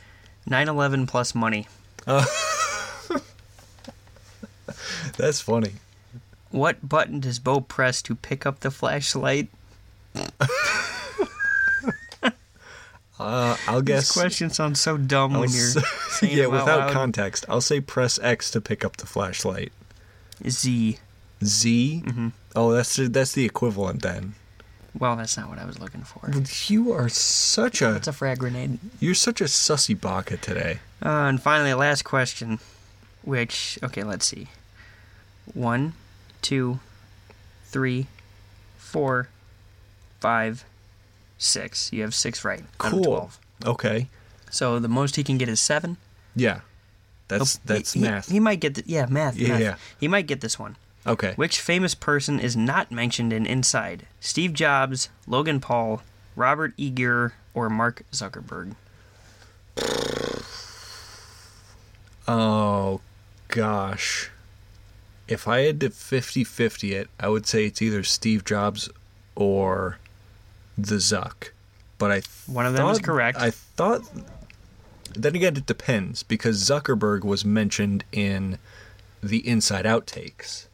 Speaker 2: 9/11 plus money.
Speaker 1: That's funny.
Speaker 2: What button does Bo press to pick up the flashlight?
Speaker 1: Uh, I'll
Speaker 2: This
Speaker 1: guess.
Speaker 2: question sounds so dumb
Speaker 1: I'll
Speaker 2: when
Speaker 1: s-
Speaker 2: you're saying
Speaker 1: yeah,
Speaker 2: it out
Speaker 1: without
Speaker 2: loud.
Speaker 1: context, I'll say press X to pick up the flashlight.
Speaker 2: Z.
Speaker 1: Z.
Speaker 2: Mm-hmm.
Speaker 1: Oh, that's the- that's the equivalent then.
Speaker 2: Well, that's not what I was looking for.
Speaker 1: You are such a
Speaker 2: That's a frag grenade.
Speaker 1: you're such a sussy baka today.
Speaker 2: Uh, and finally, last question, which, okay, let's see. One, two, three, four, five, six. You have six right. Out of
Speaker 1: Cool.
Speaker 2: 12.
Speaker 1: Okay.
Speaker 2: So the most he can get is seven.
Speaker 1: Yeah. That's
Speaker 2: Nope,
Speaker 1: that's
Speaker 2: he, he-
Speaker 1: math.
Speaker 2: He, might get, the, yeah, math.
Speaker 1: Yeah,
Speaker 2: math.
Speaker 1: yeah.
Speaker 2: He might get this one.
Speaker 1: okay.
Speaker 2: Which famous person is not mentioned in Inside? Steve Jobs, Logan Paul, Robert E. Geer, or Mark Zuckerberg?
Speaker 1: Oh gosh. If I had to 50-50 it, I would say it's either Steve Jobs or the Zuck. But I
Speaker 2: One of them is
Speaker 1: thought-
Speaker 2: correct.
Speaker 1: I thought then again it depends because Zuckerberg was mentioned in the Inside Outtakes.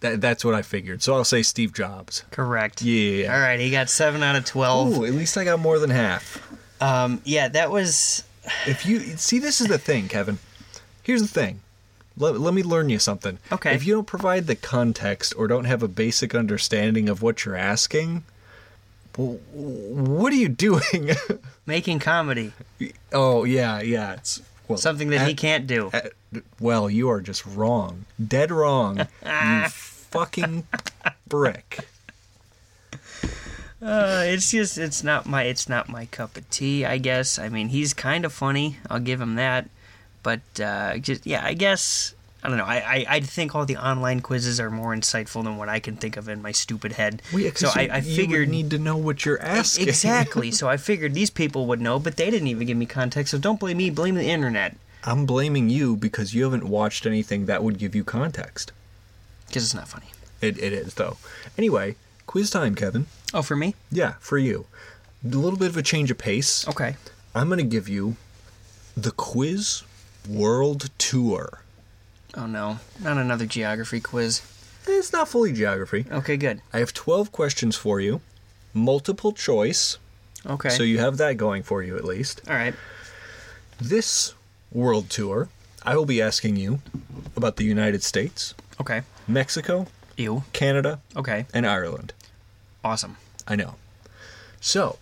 Speaker 1: That, that's what I figured. So I'll say Steve Jobs.
Speaker 2: Correct.
Speaker 1: Yeah.
Speaker 2: All right, he got seven out of twelve.
Speaker 1: Ooh, at least I got more than half.
Speaker 2: Um, yeah, that was
Speaker 1: If you see, this is the thing, Kevin. Here's the thing. Let, let me learn you something.
Speaker 2: Okay.
Speaker 1: If you don't provide the context or don't have a basic understanding of what you're asking, w- w- what are you doing?
Speaker 2: making comedy,
Speaker 1: oh yeah, yeah. It's well,
Speaker 2: something that he
Speaker 1: at-
Speaker 2: can't do.
Speaker 1: at- well, you are just wrong, dead wrong. you fucking brick.
Speaker 2: Uh, it's just it's not my it's not my cup of tea. I guess. I mean, he's kind of funny. I'll give him that. But uh, just yeah, I guess I don't know. I, I I think all the online quizzes are more insightful than what I can think of in my stupid head.
Speaker 1: Well, yeah, 'cause
Speaker 2: so I,
Speaker 1: you-
Speaker 2: I
Speaker 1: you would
Speaker 2: figured
Speaker 1: need to know what you're asking.
Speaker 2: exactly. so I figured these people would know, but they didn't even give me context. So don't blame me. Blame the internet
Speaker 1: I'm blaming you because you haven't watched anything that would give you context.
Speaker 2: because it's not funny.
Speaker 1: It, it is though. Anyway, quiz time, Kevin.
Speaker 2: Oh, for me.
Speaker 1: Yeah, for you. A little bit of a change of pace.
Speaker 2: Okay.
Speaker 1: I'm going to give you the quiz world tour.
Speaker 2: Oh no, not another geography quiz.
Speaker 1: It's not fully geography.
Speaker 2: Okay, good.
Speaker 1: I have 12 questions for you, multiple choice,
Speaker 2: Okay.
Speaker 1: so you have that going for you at least.
Speaker 2: all right.
Speaker 1: This world tour, I will be asking you about the United States,
Speaker 2: Okay.
Speaker 1: Mexico,
Speaker 2: You.
Speaker 1: Canada,
Speaker 2: Okay.
Speaker 1: and Ireland.
Speaker 2: Awesome.
Speaker 1: I know. So,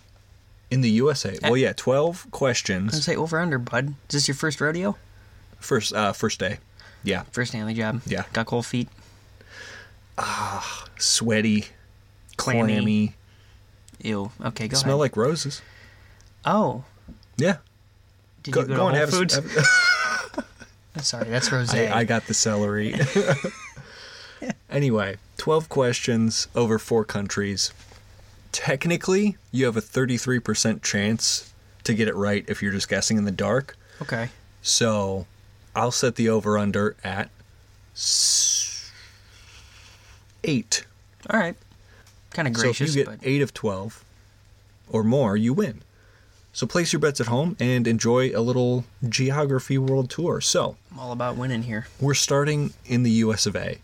Speaker 1: in the USA, well, yeah, 12
Speaker 2: I
Speaker 1: questions.
Speaker 2: say over under, bud. Is this your first rodeo?
Speaker 1: First, uh, first day. Yeah.
Speaker 2: First daily job?
Speaker 1: Yeah.
Speaker 2: Got cold feet?
Speaker 1: Sweaty,
Speaker 2: Clammy.
Speaker 1: clammy.
Speaker 2: Ew. Okay, go
Speaker 1: Smell
Speaker 2: ahead.
Speaker 1: like roses.
Speaker 2: oh.
Speaker 1: Yeah.
Speaker 2: Did you go, to Whole
Speaker 1: have a-
Speaker 2: Foods?
Speaker 1: have-
Speaker 2: Sorry, that's rose.
Speaker 1: I, I got the celery. anyway, 12 questions over four countries. Technically, you have a 33% chance to get it right if you're just guessing in the dark.
Speaker 2: okay.
Speaker 1: So I'll set the over under at s- eight.
Speaker 2: All right. Kind of
Speaker 1: So if you
Speaker 2: gracious,
Speaker 1: get
Speaker 2: but
Speaker 1: eight of 12 or more, you win. So place your bets at home and enjoy a little geography world tour. So
Speaker 2: I'm all about winning here.
Speaker 1: we're starting in the US of A.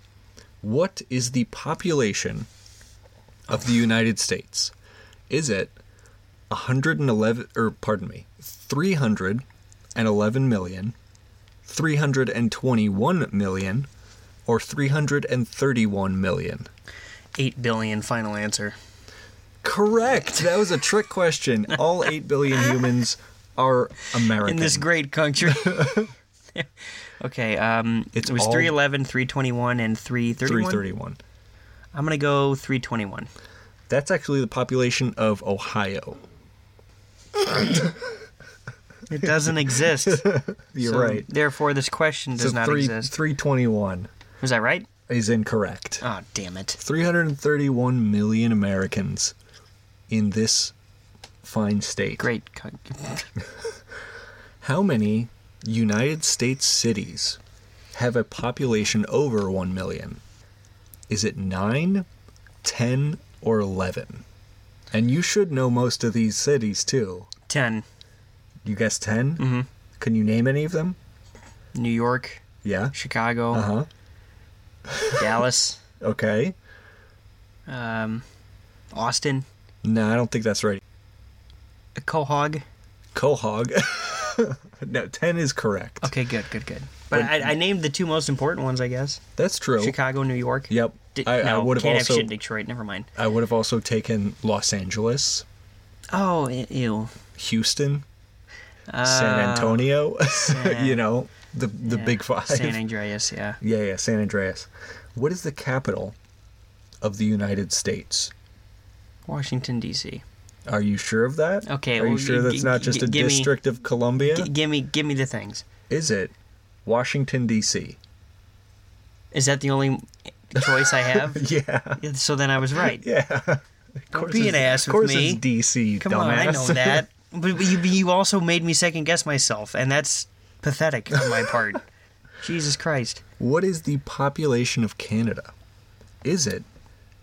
Speaker 1: What is the population of the United States? Is it 111 or pardon me, 311 million, 321 million or 331 million?
Speaker 2: Eight billion, final answer.
Speaker 1: Correct. That was a trick question. All 8 billion humans are American.
Speaker 2: In this great country. okay, um,
Speaker 1: It's
Speaker 2: it was
Speaker 1: all-
Speaker 2: 311, 321, and 331.
Speaker 1: 331.
Speaker 2: I'm going to go 321.
Speaker 1: That's actually the population of Ohio.
Speaker 2: It doesn't exist.
Speaker 1: You're
Speaker 2: So,
Speaker 1: right.
Speaker 2: Therefore, this question does
Speaker 1: so
Speaker 2: not
Speaker 1: three,
Speaker 2: exist.
Speaker 1: 321
Speaker 2: Was that right?
Speaker 1: is incorrect.
Speaker 2: Oh, damn it.
Speaker 1: 331 million Americans in this fine state.
Speaker 2: Great country.
Speaker 1: How many United States cities have a population over 1 million? Is it 9, 10, or 11? And you should know most of these cities too.
Speaker 2: 10.
Speaker 1: You guessed 10? Mm-hmm. Can you name any of them?
Speaker 2: New York,
Speaker 1: Yeah.
Speaker 2: Chicago,
Speaker 1: Uh huh.
Speaker 2: Dallas,
Speaker 1: Okay.
Speaker 2: um, Austin,
Speaker 1: No, I don't think that's right.
Speaker 2: Quahog.
Speaker 1: Quahog. no, 10 is correct.
Speaker 2: Okay, good, good, good. But
Speaker 1: But-
Speaker 2: I, I named the two most important ones, I guess.
Speaker 1: That's true.
Speaker 2: Chicago, New York.
Speaker 1: Yep.
Speaker 2: Di-
Speaker 1: I,
Speaker 2: no,
Speaker 1: I would have
Speaker 2: can't
Speaker 1: also
Speaker 2: have shit in Detroit. Never mind.
Speaker 1: I would have also taken Los Angeles,
Speaker 2: Oh, e- ew.
Speaker 1: Houston,
Speaker 2: Uh,
Speaker 1: San Antonio,
Speaker 2: San-
Speaker 1: you know, the the
Speaker 2: yeah,
Speaker 1: big 5.
Speaker 2: San Andreas, yeah.
Speaker 1: yeah, yeah, San Andreas. What is the capital of the United States?
Speaker 2: Washington, D.C.
Speaker 1: Are you sure of that?
Speaker 2: Okay,
Speaker 1: Are you
Speaker 2: well,
Speaker 1: sure
Speaker 2: g-
Speaker 1: that's
Speaker 2: g-
Speaker 1: not just
Speaker 2: g-
Speaker 1: a
Speaker 2: give me-
Speaker 1: district of Columbia?
Speaker 2: G- give me, give me the things.
Speaker 1: is it Washington D.C.?
Speaker 2: Is that the only choice I have?
Speaker 1: Yeah.
Speaker 2: Yeah, So then I was right.
Speaker 1: Yeah. Of course
Speaker 2: be an
Speaker 1: it's-
Speaker 2: ass
Speaker 1: Of
Speaker 2: with
Speaker 1: course
Speaker 2: me.
Speaker 1: it's D.C.
Speaker 2: Come
Speaker 1: dumbass.
Speaker 2: on, I know that. But but you, but you also made me second guess myself, and that's pathetic on my part. Jesus Christ.
Speaker 1: What is the population of Canada? Is it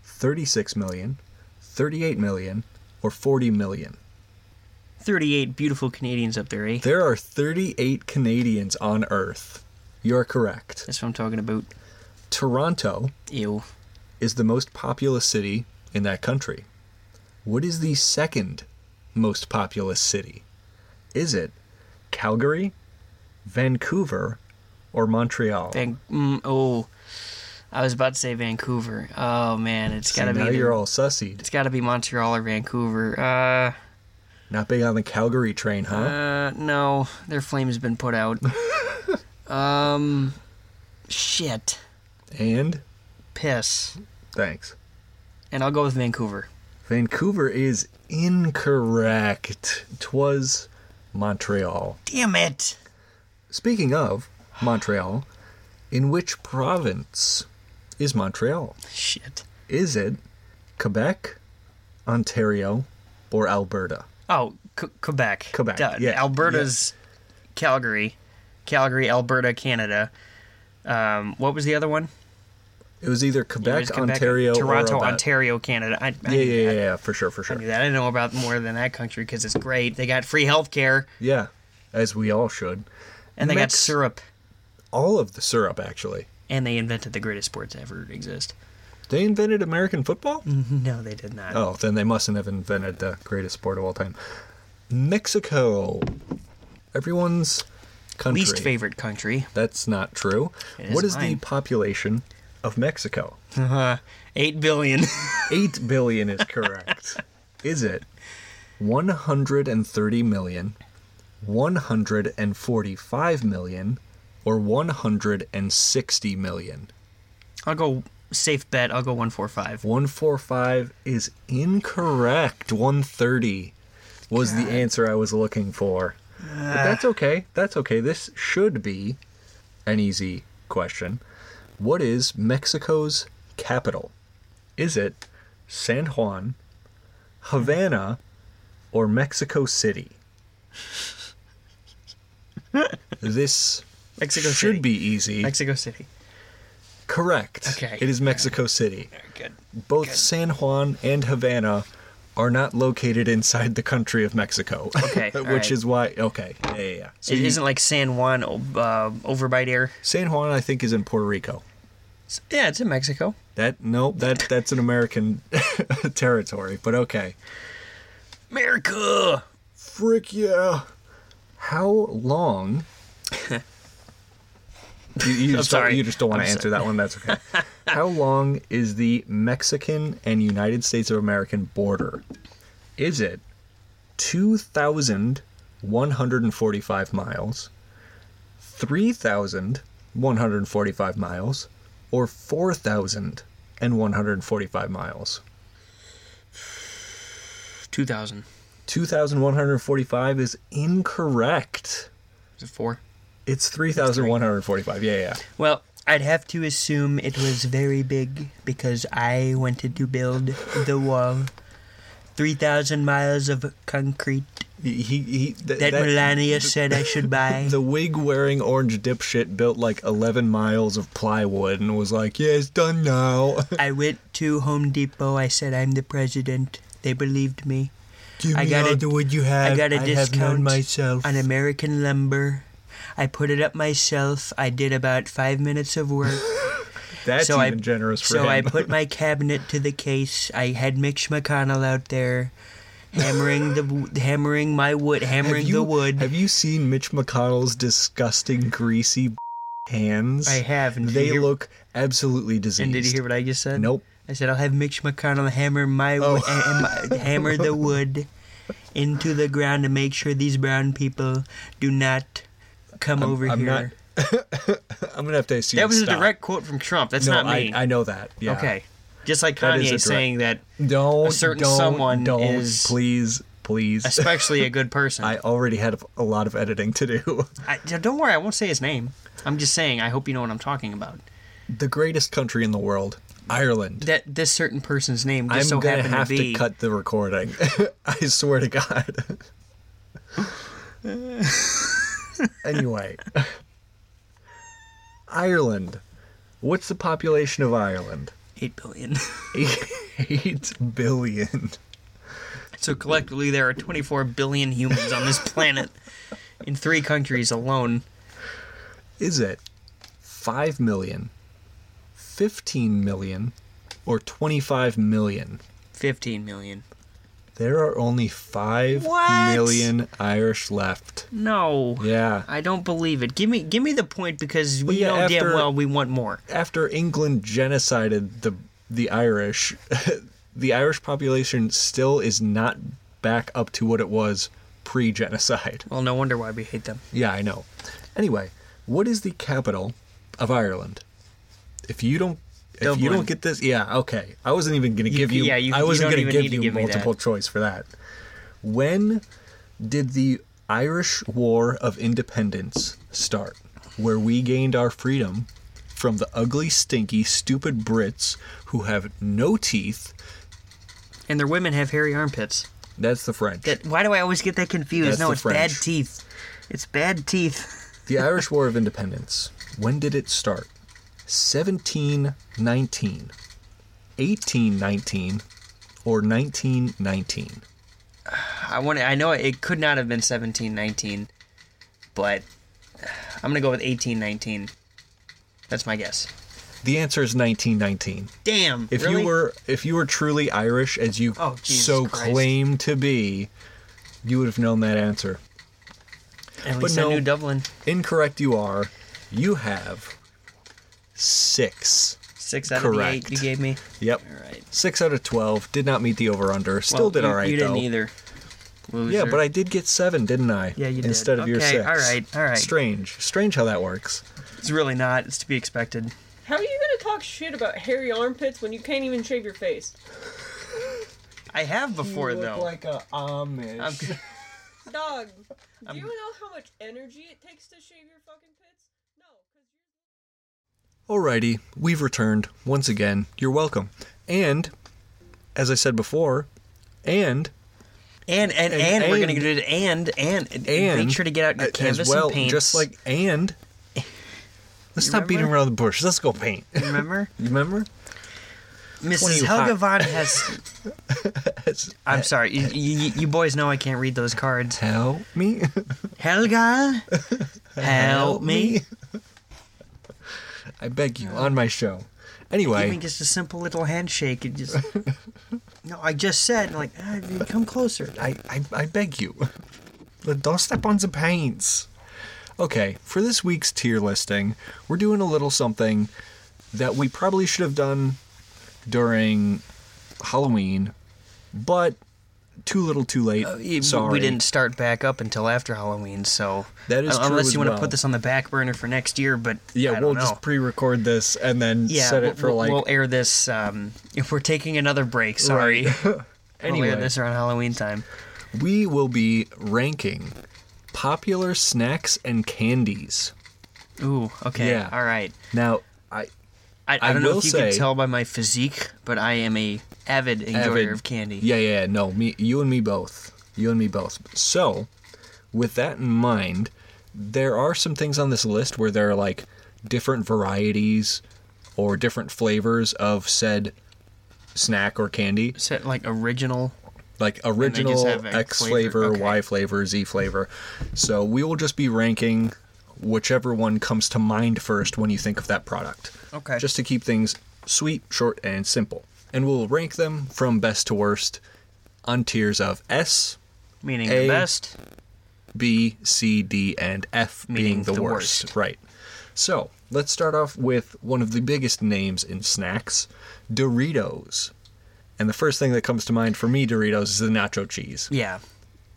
Speaker 1: 36 million, 38 million, or 40 million?
Speaker 2: 38 beautiful Canadians up there, eh?
Speaker 1: There are 38 Canadians on Earth. You're correct.
Speaker 2: That's what I'm talking about.
Speaker 1: Toronto
Speaker 2: Ew.
Speaker 1: is the most populous city in that country? What is the second most populous city? Is it Calgary, Vancouver, or Montreal?
Speaker 2: Van- mm, oh, I was about to say Vancouver. Oh man, it's
Speaker 1: See,
Speaker 2: gotta
Speaker 1: now
Speaker 2: be. either-
Speaker 1: you're all sussied.
Speaker 2: it's gotta be Montreal or Vancouver. Uh,
Speaker 1: Not big on the Calgary train, huh?
Speaker 2: uh, no, their flame has been put out. um, shit,
Speaker 1: and
Speaker 2: piss,
Speaker 1: thanks.
Speaker 2: and I'll go with Vancouver.
Speaker 1: Vancouver is incorrect. Twas Montreal.
Speaker 2: Damn it!
Speaker 1: Speaking of Montreal, in which province is Montreal?
Speaker 2: Shit.
Speaker 1: Is it Quebec, Ontario, or Alberta?
Speaker 2: Oh, Q- Quebec.
Speaker 1: Quebec,
Speaker 2: Duh,
Speaker 1: yeah,
Speaker 2: Alberta's Calgary. Calgary, Alberta, Canada. Um, what was the other one?
Speaker 1: It was either Quebec,
Speaker 2: It was Quebec,
Speaker 1: Ontario,
Speaker 2: Toronto,
Speaker 1: or Albe-
Speaker 2: Ontario, Canada. I, I
Speaker 1: Yeah,
Speaker 2: knew
Speaker 1: yeah, yeah,
Speaker 2: that.
Speaker 1: yeah, for sure, for
Speaker 2: I
Speaker 1: sure.
Speaker 2: knew that. I didn't know about more than that country because it's great. They got free healthcare
Speaker 1: Yeah, as we all should.
Speaker 2: and they got
Speaker 1: Mix
Speaker 2: syrup
Speaker 1: all of the syrup actually.
Speaker 2: and they invented the greatest sport to ever exist.
Speaker 1: They invented American football?
Speaker 2: No, they did not.
Speaker 1: Oh, then they mustn't have invented the greatest sport of all time. Mexico. Everyone's country.
Speaker 2: Least favorite country.
Speaker 1: That's not true.
Speaker 2: It is
Speaker 1: what is
Speaker 2: mine.
Speaker 1: the population of Mexico?
Speaker 2: Eight billion.
Speaker 1: 8 billion is correct. is it 130 million, 145 million, or 160 million?
Speaker 2: I'll go safe bet. I'll go one four five.
Speaker 1: 145 is incorrect. 130 was the answer I was looking for. But that's okay. That's okay. This should be an easy question. What is Mexico's capital? Is it San Juan, Havana, or Mexico City? this
Speaker 2: Mexico
Speaker 1: should
Speaker 2: City.
Speaker 1: be easy.
Speaker 2: Mexico City.
Speaker 1: Correct.
Speaker 2: Okay.
Speaker 1: It is Mexico City.
Speaker 2: Very good.
Speaker 1: Both
Speaker 2: Good.
Speaker 1: San Juan and Havana are not located inside the country of Mexico.
Speaker 2: Okay, all
Speaker 1: which
Speaker 2: right.
Speaker 1: is why. Okay. Yeah, yeah, yeah. So
Speaker 2: it
Speaker 1: you-
Speaker 2: isn't like San Juan uh, over by there.
Speaker 1: San Juan, I think, is in Puerto Rico.
Speaker 2: It's- Yeah, it's in Mexico.
Speaker 1: That no, that that's an American territory. But okay.
Speaker 2: America.
Speaker 1: Frick yeah. How long? you, you just
Speaker 2: sorry.
Speaker 1: Don't, you just don't want
Speaker 2: I'm
Speaker 1: to
Speaker 2: so-
Speaker 1: answer that one. That's okay. How long is the Mexican and United States of American border? Is it 2,145 miles, 3,145 miles, or 4,145 miles?
Speaker 2: Two thousand.
Speaker 1: 2,145 is incorrect.
Speaker 2: Is it four?
Speaker 1: It's 3,145. Yeah, yeah.
Speaker 2: Well, I'd have to assume it was very big because I wanted to build the wall. 3,000 miles of concrete
Speaker 1: He, he, he- th-
Speaker 2: that,
Speaker 1: that-
Speaker 2: Melania said I should buy.
Speaker 1: the wig wearing orange dipshit built like 11 miles of plywood and was like, yeah, it's done now.
Speaker 2: I went to Home Depot. I said, I'm the president. They believed me.
Speaker 1: Give
Speaker 2: I
Speaker 1: me
Speaker 2: got
Speaker 1: all
Speaker 2: a-
Speaker 1: the wood you have.
Speaker 2: I got a
Speaker 1: have none
Speaker 2: discount
Speaker 1: myself.
Speaker 2: on American lumber. I put it up myself. I did about five minutes of work.
Speaker 1: That's
Speaker 2: so I-
Speaker 1: even generous for
Speaker 2: so
Speaker 1: him.
Speaker 2: I put my cabinet to the case. I had Mitch McConnell out there hammering the w- hammering my wood,
Speaker 1: have
Speaker 2: hammering
Speaker 1: you,
Speaker 2: the wood.
Speaker 1: Have you seen Mitch McConnell's disgusting, greasy hands?
Speaker 2: I have. And did you
Speaker 1: They
Speaker 2: hear-
Speaker 1: look absolutely diseased.
Speaker 2: And did you hear what I just said?
Speaker 1: Nope. Oh.
Speaker 2: I said I'll have Mitch McConnell hammer my wo- and- and hammer the wood into the ground to make sure these brown people do not come over
Speaker 1: I'm
Speaker 2: here.
Speaker 1: not- I'm going to have to assume
Speaker 2: that was
Speaker 1: stop.
Speaker 2: a direct quote from Trump. That's
Speaker 1: No,
Speaker 2: not me.
Speaker 1: I, I know that. Yeah.
Speaker 2: Okay. Just like
Speaker 1: That is
Speaker 2: Kanye
Speaker 1: a direct-
Speaker 2: saying that,
Speaker 1: Don't,
Speaker 2: A certain
Speaker 1: don't,
Speaker 2: someone
Speaker 1: don't,
Speaker 2: is-
Speaker 1: please, please.
Speaker 2: especially a good person.
Speaker 1: I already had a lot of editing to do.
Speaker 2: I, don't worry, I won't say his name. I'm just saying. I hope you know what I'm talking about.
Speaker 1: the greatest country in the world, Ireland.
Speaker 2: That this certain person's name just
Speaker 1: I'm
Speaker 2: so
Speaker 1: gonna
Speaker 2: happened
Speaker 1: have
Speaker 2: to
Speaker 1: to,
Speaker 2: be.
Speaker 1: cut the recording. I swear to God. anyway, Ireland. What's the population of Ireland?
Speaker 2: Eight billion.
Speaker 1: Eight billion.
Speaker 2: so collectively, there are 24 billion humans on this planet, in three countries alone.
Speaker 1: Is it 5 million, 15 million, or 25 million.
Speaker 2: 15 million.
Speaker 1: There are only five million
Speaker 2: What?
Speaker 1: Irish left.
Speaker 2: No.
Speaker 1: Yeah.
Speaker 2: I don't believe it. Give me give me the point because we
Speaker 1: Well, yeah,
Speaker 2: know damn
Speaker 1: after-
Speaker 2: well we want more.
Speaker 1: After England genocided the the Irish, the Irish population still is not back up to what it was pre-genocide.
Speaker 2: Well, no wonder why we hate them.
Speaker 1: Yeah, I know. Anyway, what is the capital of Ireland? If you don't if you
Speaker 2: Dublin.
Speaker 1: don't get this, yeah, okay. I wasn't even going to give you,
Speaker 2: yeah, you-
Speaker 1: I
Speaker 2: you
Speaker 1: wasn't
Speaker 2: don't
Speaker 1: going
Speaker 2: even
Speaker 1: to
Speaker 2: need
Speaker 1: give
Speaker 2: to
Speaker 1: you
Speaker 2: give me that.
Speaker 1: multiple choice for that. When did the Irish War of Independence start? Where we gained our freedom from the ugly, stinky, stupid Brits who have no teeth.
Speaker 2: And their women have hairy armpits.
Speaker 1: That's the French.
Speaker 2: That why do I always get that confused?
Speaker 1: That's
Speaker 2: no,
Speaker 1: the
Speaker 2: it's bad
Speaker 1: French.
Speaker 2: teeth. It's bad teeth.
Speaker 1: The Irish War of Independence. When did it start? 1719, 1819, or 1919?
Speaker 2: I want I know it could not have been 1719, but I'm going to go with 1819. That's my guess.
Speaker 1: The answer is 1919.
Speaker 2: Damn.
Speaker 1: If
Speaker 2: really?
Speaker 1: you were if you were truly Irish as you
Speaker 2: Oh, Jesus
Speaker 1: so
Speaker 2: Christ.
Speaker 1: claim to be, you would have known that answer.
Speaker 2: At
Speaker 1: but
Speaker 2: least
Speaker 1: no.
Speaker 2: I knew Dublin.
Speaker 1: Incorrect you are. You have 6.
Speaker 2: 6 out of
Speaker 1: Correct.
Speaker 2: the 8 you gave me.
Speaker 1: Yep.
Speaker 2: All right.
Speaker 1: 6 out of 12 did not meet the over under. Still
Speaker 2: Well,
Speaker 1: did
Speaker 2: you,
Speaker 1: all right
Speaker 2: You
Speaker 1: though.
Speaker 2: didn't either.
Speaker 1: Yeah, but I did get seven, didn't I?
Speaker 2: Yeah, you did.
Speaker 1: Instead of your
Speaker 2: Okay,
Speaker 1: six.
Speaker 2: all right, all right.
Speaker 1: Strange. Strange how that works.
Speaker 2: It's really not. It's to be expected.
Speaker 3: How are you gonna talk shit about hairy armpits when you can't even shave your face?
Speaker 2: I have before though.
Speaker 1: a Amish.
Speaker 2: I'm-
Speaker 3: Dog, do you know how much energy it takes to shave your fucking pits? No, because you're.
Speaker 1: Alrighty, we've returned once again. You're welcome. And as I said before, and
Speaker 2: and, and, and
Speaker 1: And-
Speaker 2: we're
Speaker 1: and-
Speaker 2: gonna do it and and and
Speaker 1: and
Speaker 2: make sure to get out your
Speaker 1: a-
Speaker 2: canvas
Speaker 1: as well,
Speaker 2: and paint.
Speaker 1: just like and. Let's stop beating
Speaker 2: remember?
Speaker 1: around the bush. Let's go paint. You
Speaker 2: remember
Speaker 1: remember?
Speaker 2: Mrs.
Speaker 1: you
Speaker 2: Helga
Speaker 1: hot?
Speaker 2: von has. I'm sorry, you, you, you boys know I can't read those cards.
Speaker 1: Help me.
Speaker 2: Helga, help me.
Speaker 1: I beg you on my show. Anyway,
Speaker 2: Give me just a simple little handshake. And just no, I just said like, ah, come closer.
Speaker 1: I, I, I beg you. Don't step on the paints. Okay, for this week's tier listing, we're doing a little something that we probably should have done during Halloween, but too little too late.
Speaker 2: Uh, We-
Speaker 1: Sorry.
Speaker 2: We didn't start back up until after Halloween, so
Speaker 1: That is
Speaker 2: un-
Speaker 1: true
Speaker 2: unless
Speaker 1: as
Speaker 2: you want
Speaker 1: well.
Speaker 2: to put this on the back burner for next year, but I
Speaker 1: Yeah,
Speaker 2: don't
Speaker 1: we'll
Speaker 2: know.
Speaker 1: just pre record this and then
Speaker 2: yeah,
Speaker 1: set
Speaker 2: we'll,
Speaker 1: it for
Speaker 2: we'll-
Speaker 1: like.
Speaker 2: we'll air this. Um, if we're taking another break, sorry.
Speaker 1: anyway,
Speaker 2: we'll air this around Halloween time.
Speaker 1: we will be ranking popular snacks and candies.
Speaker 2: Ooh, okay,
Speaker 1: Yeah.
Speaker 2: all right.
Speaker 1: Now, I
Speaker 2: I, I
Speaker 1: I
Speaker 2: don't know
Speaker 1: will
Speaker 2: if you
Speaker 1: say-
Speaker 2: can tell by my physique, but I am a avid enjoyer
Speaker 1: avid-
Speaker 2: of candy.
Speaker 1: Yeah, yeah, yeah, no, me, you and me both. You and me both. So, with that in mind, there are some things on this list where there are like different varieties or different flavors of said snack or candy,
Speaker 2: Set like original.
Speaker 1: like
Speaker 2: just
Speaker 1: original
Speaker 2: have a
Speaker 1: X
Speaker 2: flavor,
Speaker 1: flavor,
Speaker 2: okay.
Speaker 1: Y flavor, Z flavor. So, we will just be ranking whichever one comes to mind first when you think of that product.
Speaker 2: Okay.
Speaker 1: Just to keep things sweet, short, and simple. And we'll rank them from best to worst on tiers of S,
Speaker 2: meaning
Speaker 1: A-
Speaker 2: the best.
Speaker 1: B, C, D, and F being
Speaker 2: Meaning
Speaker 1: the,
Speaker 2: the
Speaker 1: worst.
Speaker 2: worst.
Speaker 1: Right. So let's start off with one of the biggest names in snacks Doritos. And the first thing that comes to mind for me, Doritos, is the nacho cheese.
Speaker 2: Yeah.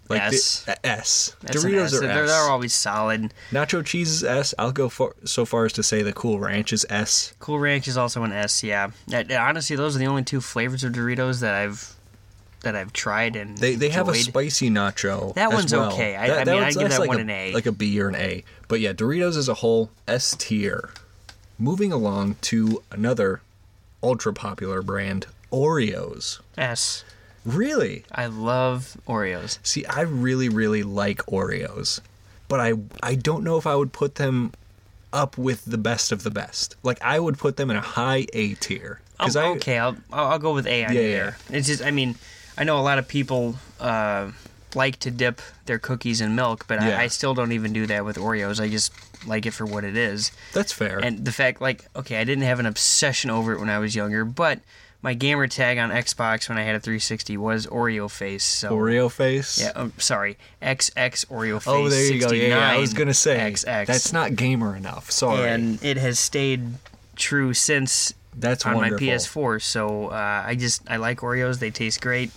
Speaker 1: Like the-
Speaker 2: S.
Speaker 1: uh, S.
Speaker 2: That's an
Speaker 1: Doritos
Speaker 2: S.
Speaker 1: are
Speaker 2: They're,
Speaker 1: S.
Speaker 2: they're always solid.
Speaker 1: Nacho cheese is S. I'll go for, so far as to say the Cool Ranch is S.
Speaker 2: Cool Ranch is also an S. Yeah. That- honestly, those are the only two flavors of Doritos that I've that I've tried and
Speaker 1: They they have a
Speaker 2: enjoyed.
Speaker 1: spicy nacho.
Speaker 2: That
Speaker 1: as
Speaker 2: one's
Speaker 1: well.
Speaker 2: okay. I- I mean, I'd
Speaker 1: one's-
Speaker 2: give
Speaker 1: that's
Speaker 2: that
Speaker 1: like
Speaker 2: one
Speaker 1: a-
Speaker 2: an A.
Speaker 1: like a B or an A. But yeah, Doritos as a whole, S tier. Moving along to another ultra popular brand, Oreos.
Speaker 2: S.
Speaker 1: Really?
Speaker 2: I love Oreos.
Speaker 1: See, I really really like Oreos, but I I don't know if I would put them up with the best of the best. Like I would put them in a high A tier
Speaker 2: Um,
Speaker 1: I
Speaker 2: okay, I'll, I'll I'll go with A on
Speaker 1: Yeah,
Speaker 2: there. It's just I mean I know a lot of people uh, like to dip their cookies in milk, but
Speaker 1: Yeah.
Speaker 2: I, I still don't even do that with Oreos. I just like it for what it is.
Speaker 1: that's fair.
Speaker 2: And the fact like okay, I didn't have an obsession over it when I was younger, but my gamer tag on Xbox when I had a 360 was Oreo Face. So
Speaker 1: Oreo face.
Speaker 2: yeah, I'm sorry, XX Oreo Face.
Speaker 1: Oh, there you go.
Speaker 2: 69
Speaker 1: Yeah, yeah, I was gonna say
Speaker 2: XX.
Speaker 1: that's not gamer enough. Sorry.
Speaker 2: and it has stayed true since
Speaker 1: that's
Speaker 2: on
Speaker 1: wonderful.
Speaker 2: my PS4. So uh, I just I like Oreos. They taste great.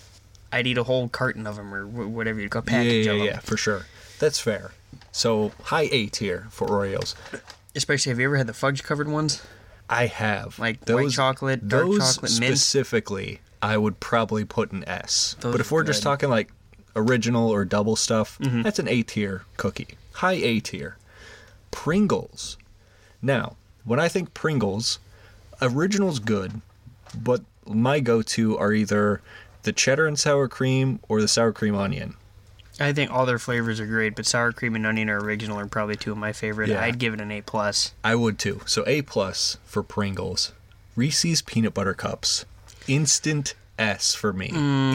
Speaker 2: I'd eat a whole carton of them or wh- whatever you go
Speaker 1: Yeah,
Speaker 2: package
Speaker 1: yeah,
Speaker 2: of
Speaker 1: yeah,
Speaker 2: them.
Speaker 1: yeah, for sure. That's fair. So high A tier for Oreos.
Speaker 2: Especially have you ever had the fudge covered ones?
Speaker 1: I have
Speaker 2: Like white chocolate, dark
Speaker 1: those
Speaker 2: chocolate, mint?
Speaker 1: specifically. I would probably put an S.
Speaker 2: Those
Speaker 1: but if we're
Speaker 2: are
Speaker 1: just
Speaker 2: good. Mm-hmm.
Speaker 1: talking like original or double stuff, that's an A tier cookie, high A tier. Pringles. Now, when I think Pringles, original's good, but my go-to are either the cheddar and sour cream or the sour cream onion.
Speaker 2: I think all their flavors are great, but sour cream and onion are original are probably two of my favorite.
Speaker 1: Yeah.
Speaker 2: I'd give it an A plus.
Speaker 1: I would too. So A plus for Pringles. Reese's peanut butter cups. Instant S for me.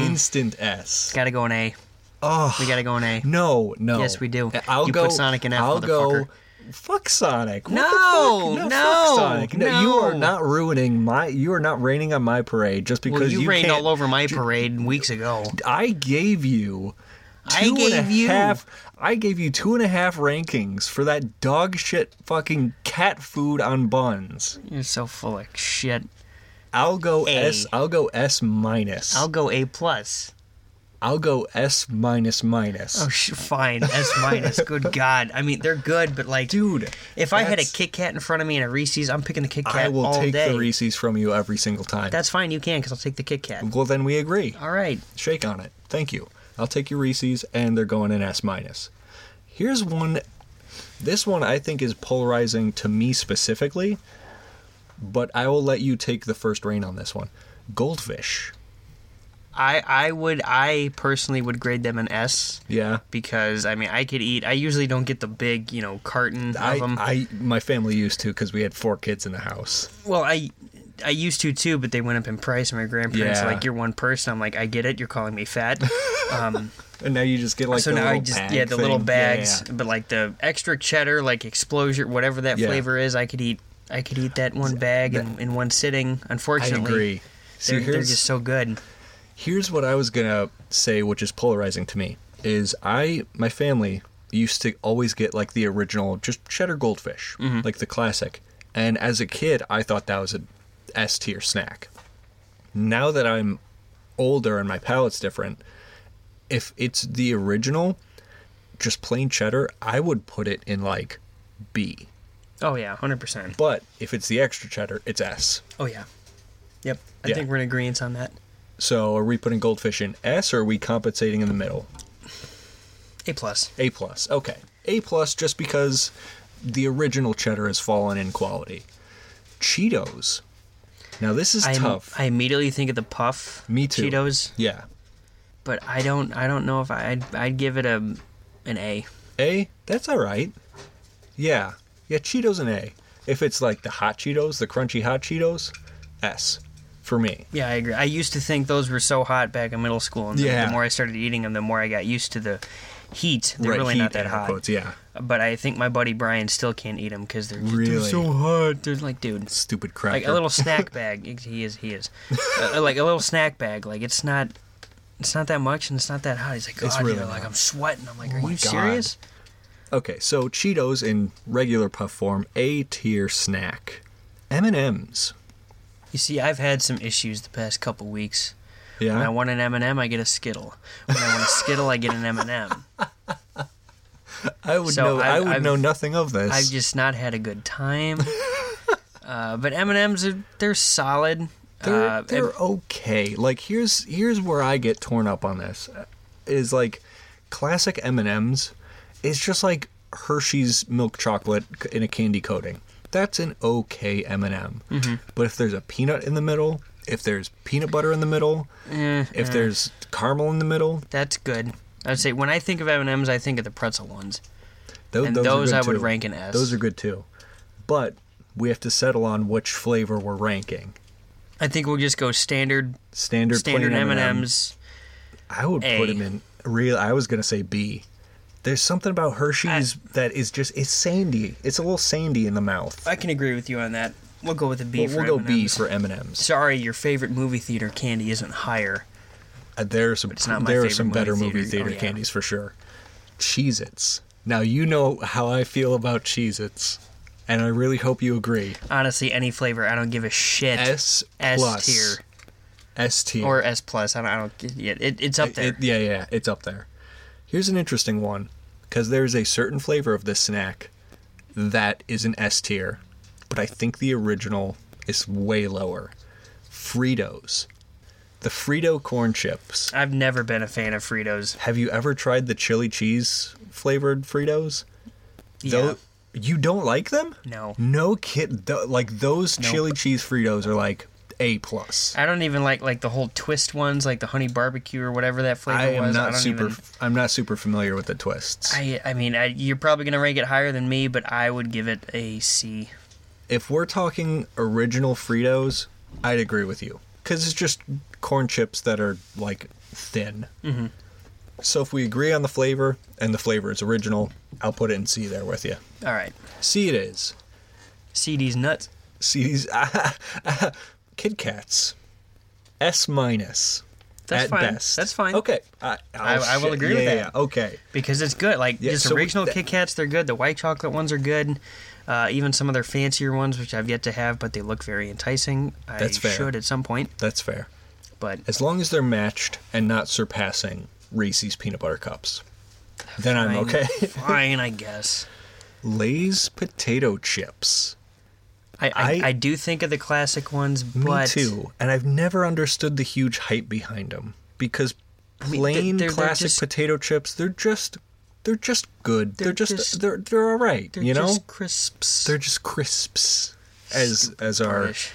Speaker 1: Instant S.
Speaker 2: Mm. Got to go an A.
Speaker 1: Oh
Speaker 2: We got to go an A.
Speaker 1: no, no. Uh,
Speaker 2: Yes, we do.
Speaker 1: I'll
Speaker 2: You
Speaker 1: go.
Speaker 2: put Sonic in F,
Speaker 1: I'll
Speaker 2: motherfucker.
Speaker 1: go. Fuck Sonic. What the
Speaker 2: No,
Speaker 1: fuck?
Speaker 2: no,
Speaker 1: fuck Sonic. You
Speaker 2: no.
Speaker 1: are not ruining my. You are not raining on my parade just because
Speaker 2: Well, you, rained
Speaker 1: can't-
Speaker 2: all over my parade weeks ago.
Speaker 1: I gave you.
Speaker 2: I
Speaker 1: two and a
Speaker 2: gave you-
Speaker 1: half- I gave you two and a half rankings for that dog shit fucking cat food on buns.
Speaker 2: You're so full of shit.
Speaker 1: I'll go
Speaker 2: A.
Speaker 1: S. I'll go S minus.
Speaker 2: I'll
Speaker 1: I'll,
Speaker 2: go A plus.
Speaker 1: go S minus minus.
Speaker 2: Oh, sh- fine. S minus. Good God. I mean, they're good, but like,
Speaker 1: Dude,
Speaker 2: if I had a
Speaker 1: that's-
Speaker 2: Kit Kat in front of me and a Reese's, I'm picking the Kit Kat
Speaker 1: I will
Speaker 2: all
Speaker 1: take
Speaker 2: day.
Speaker 1: the Reese's from you every single time.
Speaker 2: That's fine. You can, because I'll take the Kit Kat.
Speaker 1: well, then we agree.
Speaker 2: All right.
Speaker 1: Shake on it. Thank you. I'll take your Reese's, and they're going in S minus. Here's one. This one I think is polarizing to me specifically, but I will let you take the first reign on this one. Goldfish.
Speaker 2: I I would I personally would grade them an S
Speaker 1: Yeah.
Speaker 2: because I mean I could eat. I usually don't get the big you know carton
Speaker 1: I,
Speaker 2: of them.
Speaker 1: I my family used to because we had four kids in the house.
Speaker 2: well, I I used to too, but they went up in price. And my grandparents
Speaker 1: Yeah.
Speaker 2: like you're one person. I'm like I get it. You're calling me fat. Um,
Speaker 1: And now you just get like
Speaker 2: so
Speaker 1: the
Speaker 2: now
Speaker 1: little
Speaker 2: I just
Speaker 1: bag
Speaker 2: yeah the little
Speaker 1: thing. Yeah,
Speaker 2: bags,
Speaker 1: yeah.
Speaker 2: but like the extra cheddar, like explosion, whatever that
Speaker 1: Yeah.
Speaker 2: flavor is, I could eat. I could eat that one bag in, in one sitting. Unfortunately,
Speaker 1: I agree. See,
Speaker 2: They're, they're
Speaker 1: here's,
Speaker 2: just so good.
Speaker 1: here's what I was gonna say, which is polarizing to me, is I my family used to always get like the original, just cheddar goldfish,
Speaker 2: Mm-hmm.
Speaker 1: like the classic. And as a kid, I thought that was a S tier snack. Now that I'm older and my palate's different, if it's the original, just plain cheddar, I would put it in like B.
Speaker 2: Oh yeah, hundred percent.
Speaker 1: But if it's the extra cheddar, it's S.
Speaker 2: Oh yeah. Yep. I
Speaker 1: Yeah.
Speaker 2: think we're in agreement on that.
Speaker 1: So are we putting goldfish in S or are we compensating in the middle?
Speaker 2: A plus.
Speaker 1: A plus. Okay. A plus just because the original cheddar has fallen in quality. Cheetos. Now this is
Speaker 2: I im-
Speaker 1: tough.
Speaker 2: I immediately think of the puff.
Speaker 1: Me too.
Speaker 2: Cheetos,
Speaker 1: yeah.
Speaker 2: but I don't. I don't know if I, I'd. I'd give it a an A.
Speaker 1: A, that's all right. Yeah. Yeah, Cheetos an A. If it's like the hot Cheetos, the crunchy hot Cheetos, S for me.
Speaker 2: Yeah, I agree. I used to think those were so hot back in middle school, and the-
Speaker 1: Yeah.
Speaker 2: the more I started eating them, the more I got used to the heat. They're really
Speaker 1: heat
Speaker 2: not that
Speaker 1: air
Speaker 2: hot.
Speaker 1: quotes, yeah.
Speaker 2: But I think my buddy Brian still can't eat them because they're, just- they're
Speaker 1: Really?
Speaker 2: so hot. They're like, dude,
Speaker 1: Stupid crap.
Speaker 2: like a little snack bag. He is. He is. Uh, like a little snack bag. Like it's not. It's not that much, and it's not that hot. He's like, God,
Speaker 1: It's really
Speaker 2: dude, like
Speaker 1: not. Oh
Speaker 2: I'm sweating. I'm like, are
Speaker 1: my
Speaker 2: you
Speaker 1: God.
Speaker 2: serious?
Speaker 1: Okay, so Cheetos in regular puff form, A tier snack. M&Ms.
Speaker 2: You see, I've had some issues the past couple weeks. When I
Speaker 1: Yeah.
Speaker 2: want an M&M, I get a Skittle. When I want a Skittle, I get an M&M.
Speaker 1: I would
Speaker 2: so
Speaker 1: know I,
Speaker 2: I've-
Speaker 1: would
Speaker 2: I've-
Speaker 1: know nothing of this.
Speaker 2: I've just not had a good time. Uh, but M&Ms are they're solid.
Speaker 1: they're,
Speaker 2: Uh,
Speaker 1: they're
Speaker 2: and
Speaker 1: okay. Like here's here's where I get torn up on this, uh, is like classic M and M's, is just like Hershey's milk chocolate c- in a candy coating. That's an okay M and m
Speaker 2: Mm-hmm.
Speaker 1: But if there's a peanut in the middle, if there's peanut butter in the middle,
Speaker 2: Eh,
Speaker 1: if there's caramel in the middle,
Speaker 2: that's good. I'd say when I think of M&Ms, I think of the pretzel ones.
Speaker 1: tho-
Speaker 2: And
Speaker 1: those, are
Speaker 2: those
Speaker 1: good
Speaker 2: I would
Speaker 1: too.
Speaker 2: rank an S.
Speaker 1: Those are good too, but we have to settle on which flavor we're ranking.
Speaker 2: I think we'll just go standard
Speaker 1: Standard,
Speaker 2: standard
Speaker 1: plain
Speaker 2: M&Ms.
Speaker 1: M&Ms. I would
Speaker 2: A.
Speaker 1: put him in real. I was gonna say B. There's something about Hershey's that is just it's sandy. It's a little sandy in the mouth.
Speaker 2: I can agree with you on that. We'll go with a B
Speaker 1: Well,
Speaker 2: for
Speaker 1: we'll go B
Speaker 2: M&Ms.
Speaker 1: for M and M's.
Speaker 2: Sorry, your favorite movie theater candy isn't higher.
Speaker 1: Uh, There are some
Speaker 2: it's not my
Speaker 1: there are
Speaker 2: favorite
Speaker 1: some
Speaker 2: movie
Speaker 1: better
Speaker 2: theater.
Speaker 1: movie theater
Speaker 2: Oh, yeah.
Speaker 1: candies for sure. Cheez Its. Now you know how I feel about Cheez Its, and I really hope you agree.
Speaker 2: Honestly, any flavor, I don't give a shit.
Speaker 1: S
Speaker 2: S
Speaker 1: plus
Speaker 2: tier
Speaker 1: S tier
Speaker 2: or S plus. I don't. I don't yeah, it, it's up
Speaker 1: It-
Speaker 2: there.
Speaker 1: it- yeah, yeah, it's up there. Here's an interesting one because there's a certain flavor of this snack that is an S tier, but I think the original is way lower. Fritos. The Frito corn chips.
Speaker 2: I've never been a fan of Fritos.
Speaker 1: Have you ever tried the chili cheese flavored Fritos?
Speaker 2: Yeah.
Speaker 1: Tho- you don't like them?
Speaker 2: No.
Speaker 1: No kid. Th- like those
Speaker 2: Nope.
Speaker 1: chili cheese Fritos are like A plus.
Speaker 2: I don't even like like the whole twist ones, like the honey barbecue or whatever that flavor
Speaker 1: I am
Speaker 2: was. I
Speaker 1: not
Speaker 2: don't
Speaker 1: super.
Speaker 2: even.
Speaker 1: I'm not super familiar with the twists.
Speaker 2: I I mean, I, you're probably gonna rank it higher than me, but I would give it a C.
Speaker 1: if we're talking original Fritos, I'd agree with you because it's just corn chips that are like thin. Mm-hmm. So if we agree on the flavor and the flavor is original, I'll put it in C there with you.
Speaker 2: All right,
Speaker 1: C it is.
Speaker 2: CD's nuts.
Speaker 1: C these Kit Kats. S minus.
Speaker 2: That's
Speaker 1: at
Speaker 2: fine.
Speaker 1: best.
Speaker 2: That's fine.
Speaker 1: Okay. I, oh,
Speaker 2: I- I will
Speaker 1: shit.
Speaker 2: agree with
Speaker 1: Yeah,
Speaker 2: that.
Speaker 1: Yeah, okay.
Speaker 2: because it's good. Like
Speaker 1: Yeah,
Speaker 2: just
Speaker 1: so we-
Speaker 2: original
Speaker 1: that-
Speaker 2: Kit Kats, they're good. The white chocolate ones are good. Uh, even some of their fancier ones, which I've yet to have, but they look very enticing. I
Speaker 1: That's fair.
Speaker 2: should at some point,
Speaker 1: That's fair.
Speaker 2: but
Speaker 1: As long as they're matched and not surpassing Reese's peanut butter cups, then I'm
Speaker 2: fine,
Speaker 1: okay.
Speaker 2: fine, I guess.
Speaker 1: Lay's potato chips.
Speaker 2: I I, I
Speaker 1: I-
Speaker 2: do think of the classic ones,
Speaker 1: Me
Speaker 2: but
Speaker 1: too. And I've never understood the huge hype behind them because
Speaker 2: mean,
Speaker 1: plain
Speaker 2: they're- they're
Speaker 1: classic
Speaker 2: just-
Speaker 1: potato chips, they're just they're just good. They're,
Speaker 2: They're
Speaker 1: just,
Speaker 2: just-
Speaker 1: they're they're all right,
Speaker 2: they're
Speaker 1: you know?
Speaker 2: just crisps.
Speaker 1: They're just crisps as as our
Speaker 2: British.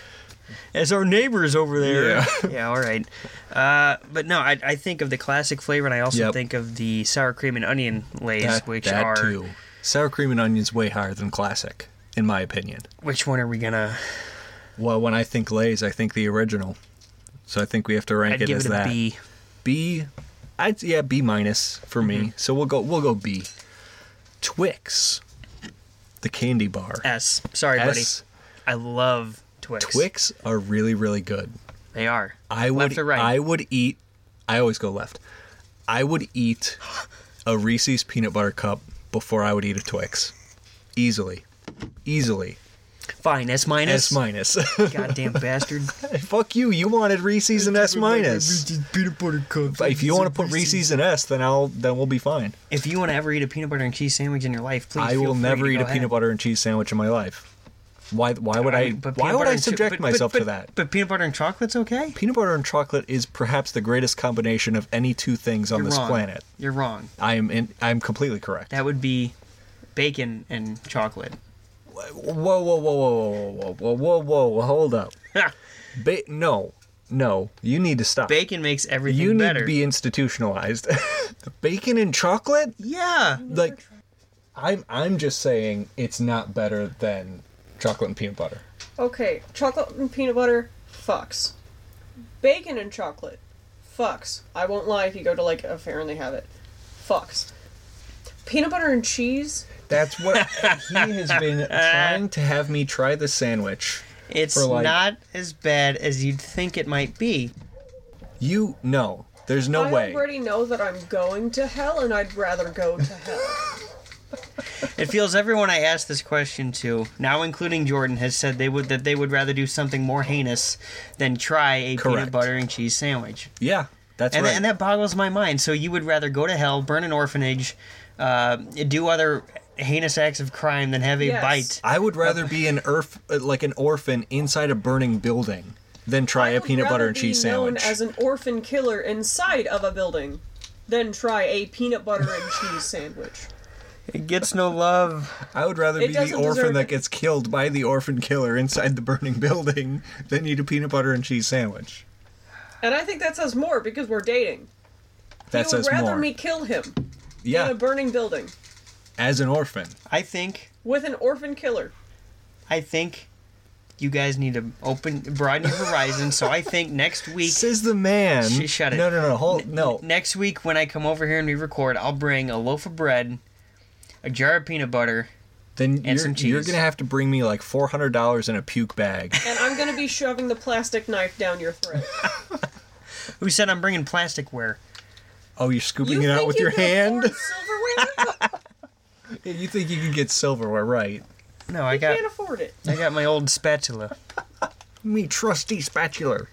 Speaker 2: as our neighbors over there.
Speaker 1: Yeah.
Speaker 2: yeah all right. Uh, but no, I, I think of the classic flavor, and I also
Speaker 1: Yep.
Speaker 2: think of the sour cream and onion lays,
Speaker 1: that,
Speaker 2: which
Speaker 1: that
Speaker 2: are
Speaker 1: too. Sour cream and onions way higher than classic in my opinion.
Speaker 2: which one are we gonna?
Speaker 1: Well, when I think Lay's, I think the original. So I think we have to rank
Speaker 2: I'd
Speaker 1: it
Speaker 2: give
Speaker 1: as
Speaker 2: it a B.
Speaker 1: that. B, I'd yeah B minus for
Speaker 2: Mm-hmm.
Speaker 1: me. So we'll go we'll go B. Twix, the candy bar.
Speaker 2: S. Sorry,
Speaker 1: S.
Speaker 2: buddy. I love Twix.
Speaker 1: Twix are really really good.
Speaker 2: They are.
Speaker 1: I would
Speaker 2: Left or right?
Speaker 1: I would eat. I always go left. I would eat a Reese's peanut butter cup before I would eat a Twix, easily, easily.
Speaker 2: Fine. S
Speaker 1: S
Speaker 2: minus.
Speaker 1: minus.
Speaker 2: Goddamn bastard.
Speaker 1: Fuck you. You wanted Reese's and S minus.
Speaker 2: peanut butter cup.
Speaker 1: If you want to put Reese's and S, then I'll then we'll be fine.
Speaker 2: If you want to ever eat a peanut butter and cheese sandwich in your life, please.
Speaker 1: I
Speaker 2: feel
Speaker 1: will
Speaker 2: free
Speaker 1: never
Speaker 2: to
Speaker 1: eat
Speaker 2: go
Speaker 1: a peanut
Speaker 2: ahead.
Speaker 1: butter and cheese sandwich in my life. Why? Why would I?
Speaker 2: mean, but
Speaker 1: why would
Speaker 2: peanut butter
Speaker 1: I
Speaker 2: and cho-
Speaker 1: subject
Speaker 2: but- but-
Speaker 1: myself to
Speaker 2: but-
Speaker 1: that?
Speaker 2: But peanut butter and chocolate's okay.
Speaker 1: Peanut butter and chocolate is perhaps the greatest combination of any two things on
Speaker 2: You're
Speaker 1: this
Speaker 2: wrong.
Speaker 1: planet.
Speaker 2: You're wrong.
Speaker 1: I am. In, I am completely correct.
Speaker 2: That would be bacon and chocolate.
Speaker 1: whoa, whoa, whoa, whoa, whoa, whoa, whoa, whoa, whoa! Hold up. Ba- no, no. You need to stop.
Speaker 2: bacon makes everything
Speaker 1: you need
Speaker 2: better.
Speaker 1: to be institutionalized. Bacon and chocolate?
Speaker 2: yeah.
Speaker 1: Like, I'm. I'm just saying it's not better than chocolate and peanut butter.
Speaker 3: Okay, chocolate and peanut butter fucks. Bacon and chocolate fucks. I won't lie if you go to like a fair and they have it. Fucks. Peanut butter and cheese.
Speaker 1: That's what he has been trying to have me try the sandwich.
Speaker 2: It's
Speaker 1: for, like-
Speaker 2: not as bad as you'd think it might be.
Speaker 1: You no, there's no
Speaker 3: I
Speaker 1: way.
Speaker 3: already know that I'm going to hell and I'd rather go to hell.
Speaker 2: It feels everyone I asked this question to, now including Jordan, has said they would that they would rather do something more heinous than try a
Speaker 1: Correct.
Speaker 2: peanut butter and cheese sandwich.
Speaker 1: Yeah, that's
Speaker 2: And,
Speaker 1: right.
Speaker 2: and that boggles my mind. So you would rather go to hell, burn an orphanage, uh, do other heinous acts of crime than have a
Speaker 3: Yes.
Speaker 2: bite.
Speaker 1: I would rather be an earth like an orphan inside a burning building than try
Speaker 3: I
Speaker 1: a
Speaker 3: would
Speaker 1: peanut butter
Speaker 3: rather
Speaker 1: and
Speaker 3: be
Speaker 1: cheese
Speaker 3: known
Speaker 1: sandwich.
Speaker 3: as an orphan killer inside of a building than try a peanut butter and cheese sandwich.
Speaker 2: It gets no love.
Speaker 1: I would rather
Speaker 3: It
Speaker 1: be the
Speaker 3: doesn't
Speaker 1: orphan
Speaker 3: deserve
Speaker 1: that
Speaker 3: it.
Speaker 1: gets killed by the orphan killer inside the burning building than eat a peanut butter and cheese sandwich.
Speaker 3: And I think that says more because we're dating.
Speaker 1: That
Speaker 3: you
Speaker 1: says
Speaker 3: would rather
Speaker 1: more.
Speaker 3: me kill him in
Speaker 1: yeah,
Speaker 3: a burning building
Speaker 1: as an orphan.
Speaker 2: I think
Speaker 3: with an orphan killer.
Speaker 2: I think you guys need to open broaden your horizon. so I think next week
Speaker 1: Says the man.
Speaker 2: Sh- shut it.
Speaker 1: No, no, no. Hold no.
Speaker 2: next week when I come over here and we record, I'll bring a loaf of bread, a jar of peanut butter,
Speaker 1: Then
Speaker 2: And
Speaker 1: you're,
Speaker 2: some
Speaker 1: you're
Speaker 2: cheese.
Speaker 1: gonna have to bring me like four hundred dollars in a puke bag.
Speaker 3: And I'm gonna be shoving the plastic knife down your throat.
Speaker 2: Who said I'm bringing plasticware?
Speaker 1: Oh, you're scooping
Speaker 3: You
Speaker 1: it out
Speaker 3: think
Speaker 1: with
Speaker 3: you
Speaker 1: your
Speaker 3: can
Speaker 1: hand.
Speaker 3: afford Silverware?
Speaker 1: you think you can get silverware, right?
Speaker 2: No, I
Speaker 3: you
Speaker 2: got
Speaker 3: can't afford it.
Speaker 2: I got my old spatula.
Speaker 1: Me trusty spatula.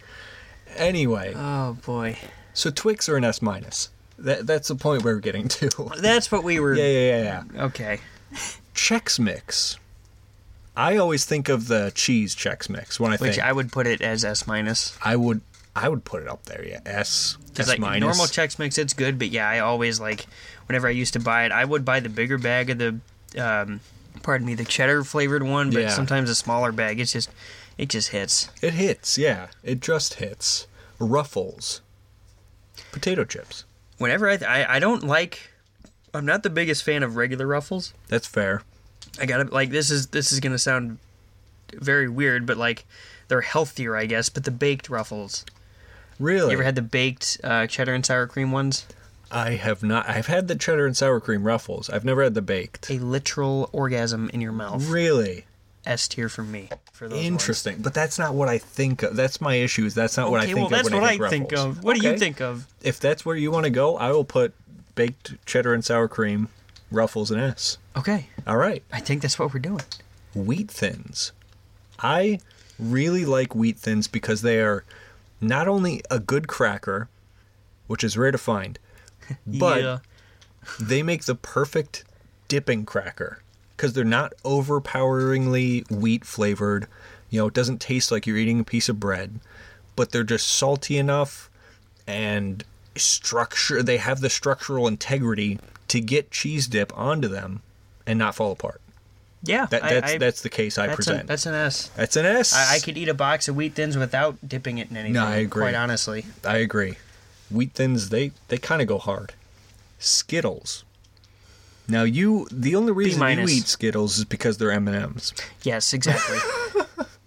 Speaker 1: Anyway,
Speaker 2: Oh boy,
Speaker 1: so Twix are an S minus. That that's the point we're getting to.
Speaker 2: that's what we were.
Speaker 1: yeah, yeah, yeah, yeah.
Speaker 2: Okay.
Speaker 1: Chex Mix. I always think of the cheese Chex Mix when I
Speaker 2: Which
Speaker 1: think
Speaker 2: I would put it as S minus.
Speaker 1: I would I would put it up there. Yeah, S S
Speaker 2: Because like
Speaker 1: minus.
Speaker 2: normal Chex Mix, it's good, but yeah, I always like whenever I used to buy it, I would buy the bigger bag of the, um, pardon me, the cheddar flavored one, but
Speaker 1: Yeah.
Speaker 2: sometimes a smaller bag. It's just, it just hits.
Speaker 1: It hits. Yeah, it just hits. Ruffles. Potato chips.
Speaker 2: Whenever I, I, I don't like, I'm not the biggest fan of regular Ruffles.
Speaker 1: That's fair.
Speaker 2: I gotta like this is this is gonna sound very weird, but like they're healthier, I guess. But the baked Ruffles,
Speaker 1: Really?
Speaker 2: you ever had the baked uh, cheddar and sour cream ones?
Speaker 1: I have not. I've had the cheddar and sour cream ruffles. I've never had the baked.
Speaker 2: A literal orgasm in your mouth.
Speaker 1: Really
Speaker 2: S tier for me. For those ones.
Speaker 1: interesting. But that's not what I think of. That's my issue. Is that's not what I
Speaker 2: Okay,
Speaker 1: think
Speaker 2: well
Speaker 1: of.
Speaker 2: that's
Speaker 1: when
Speaker 2: what
Speaker 1: I think, ruffles.
Speaker 2: of. What do you
Speaker 1: Okay.
Speaker 2: think of?
Speaker 1: If that's where you want to go, I will put baked cheddar and sour cream ruffles and S.
Speaker 2: Okay,
Speaker 1: All right.
Speaker 2: I think that's what we're doing.
Speaker 1: wheat thins. I really like wheat thins because they are not only a good cracker, which is rare to find, but
Speaker 2: Yeah.
Speaker 1: they make the perfect dipping cracker because they're not overpoweringly wheat flavored. You know, it doesn't taste like you're eating a piece of bread, but they're just salty enough and structure. They have the structural integrity to get cheese dip onto them and not fall apart.
Speaker 2: yeah,
Speaker 1: That,
Speaker 2: I-
Speaker 1: that's
Speaker 2: I-
Speaker 1: that's the case I
Speaker 2: that's
Speaker 1: present.
Speaker 2: An, that's an S.
Speaker 1: That's an S.
Speaker 2: I, I could eat a box of wheat thins without dipping it in anything.
Speaker 1: No, I agree.
Speaker 2: Quite honestly,
Speaker 1: I agree. Wheat thins, they they kind of go hard. Skittles. Now you, the only reason you
Speaker 2: minus.
Speaker 1: eat Skittles is because they're M and M's.
Speaker 2: yes, exactly.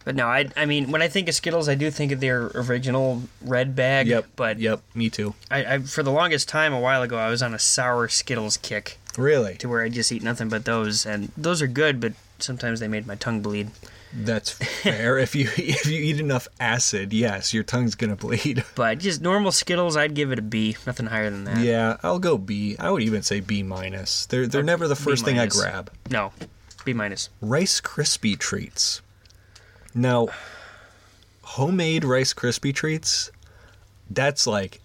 Speaker 2: but no, I I mean when I think of Skittles, I do think of their original red bag.
Speaker 1: Yep.
Speaker 2: But
Speaker 1: yep, me too.
Speaker 2: I, I for the longest time a while ago I was on a sour Skittles kick
Speaker 1: Really,
Speaker 2: to where I just eat nothing but those, and those are good, but sometimes they made my tongue bleed.
Speaker 1: that's fair. if you if you eat enough acid, yes, your tongue's gonna bleed.
Speaker 2: But just normal Skittles, I'd give it a B, nothing higher than that.
Speaker 1: Yeah, I'll go B. I would even say B minus. They're they're never the
Speaker 2: B
Speaker 1: first thing I
Speaker 2: minus.
Speaker 1: grab.
Speaker 2: No, B minus.
Speaker 1: Rice Krispie treats. Now, homemade Rice Krispie treats, that's like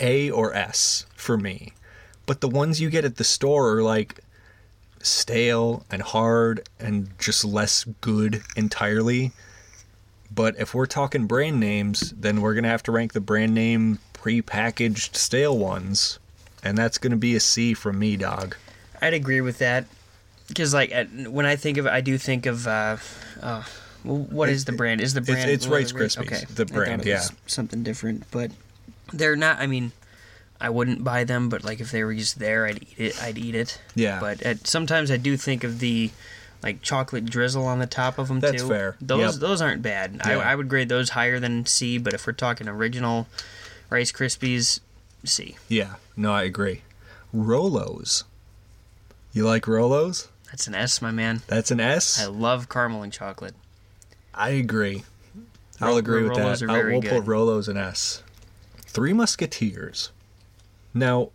Speaker 1: A or S for me. But the ones you get at the store are like stale and hard and just less good entirely. But if we're talking brand names, then we're going to have to rank the brand name prepackaged stale ones. And that's going to be a C from me, dog.
Speaker 2: I'd agree with that, because like at, when I think of, I do think of, uh, uh, well, what is the brand? Is the
Speaker 1: It's-
Speaker 2: brand?
Speaker 1: it's Rice
Speaker 2: Krispies?
Speaker 1: Krispies, the brand, yeah.
Speaker 2: something different, but they're not. I mean, I wouldn't buy them, but like if they were just there, I'd eat it. I'd eat it.
Speaker 1: Yeah.
Speaker 2: But at, sometimes I do think of the like chocolate drizzle on the top of them
Speaker 1: That's
Speaker 2: too.
Speaker 1: fair.
Speaker 2: Those
Speaker 1: Yep.
Speaker 2: those aren't bad.
Speaker 1: Yeah.
Speaker 2: I, I would grade those higher than C, but if we're talking original Rice Krispies, C.
Speaker 1: Yeah, no, I agree. Rolos. You like Rolos?
Speaker 2: That's an S, my man.
Speaker 1: That's an S.
Speaker 2: I
Speaker 1: I
Speaker 2: love caramel and chocolate.
Speaker 1: agree. I'll agree with
Speaker 2: Rolos
Speaker 1: that.
Speaker 2: are
Speaker 1: I'll-
Speaker 2: very
Speaker 1: we'll put
Speaker 2: good.
Speaker 1: Rolos an S. Three Musketeers. Now,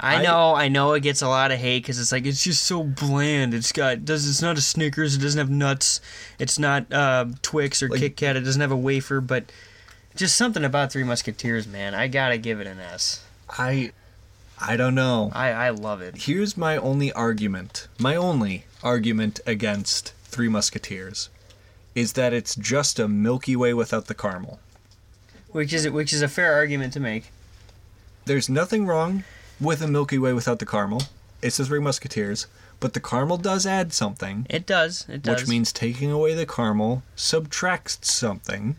Speaker 2: I
Speaker 1: I-
Speaker 2: know, I know it gets a lot of hate because it's like it's just so bland. It's got does it's not a Snickers. It doesn't have nuts. It's not uh, Twix or
Speaker 1: Like-
Speaker 2: Kit Kat. It doesn't have a wafer. But just something about Three Musketeers, man. I gotta give it an S.
Speaker 1: I I don't know.
Speaker 2: I I love it.
Speaker 1: Here's my only argument. My only argument against Three Musketeers is that it's just a Milky Way without the caramel.
Speaker 2: Which is which is a fair argument to make.
Speaker 1: There's nothing wrong with a Milky Way without the caramel. It's the Three Musketeers, but the caramel does add something.
Speaker 2: It does. It does.
Speaker 1: which means taking away the caramel subtracts something,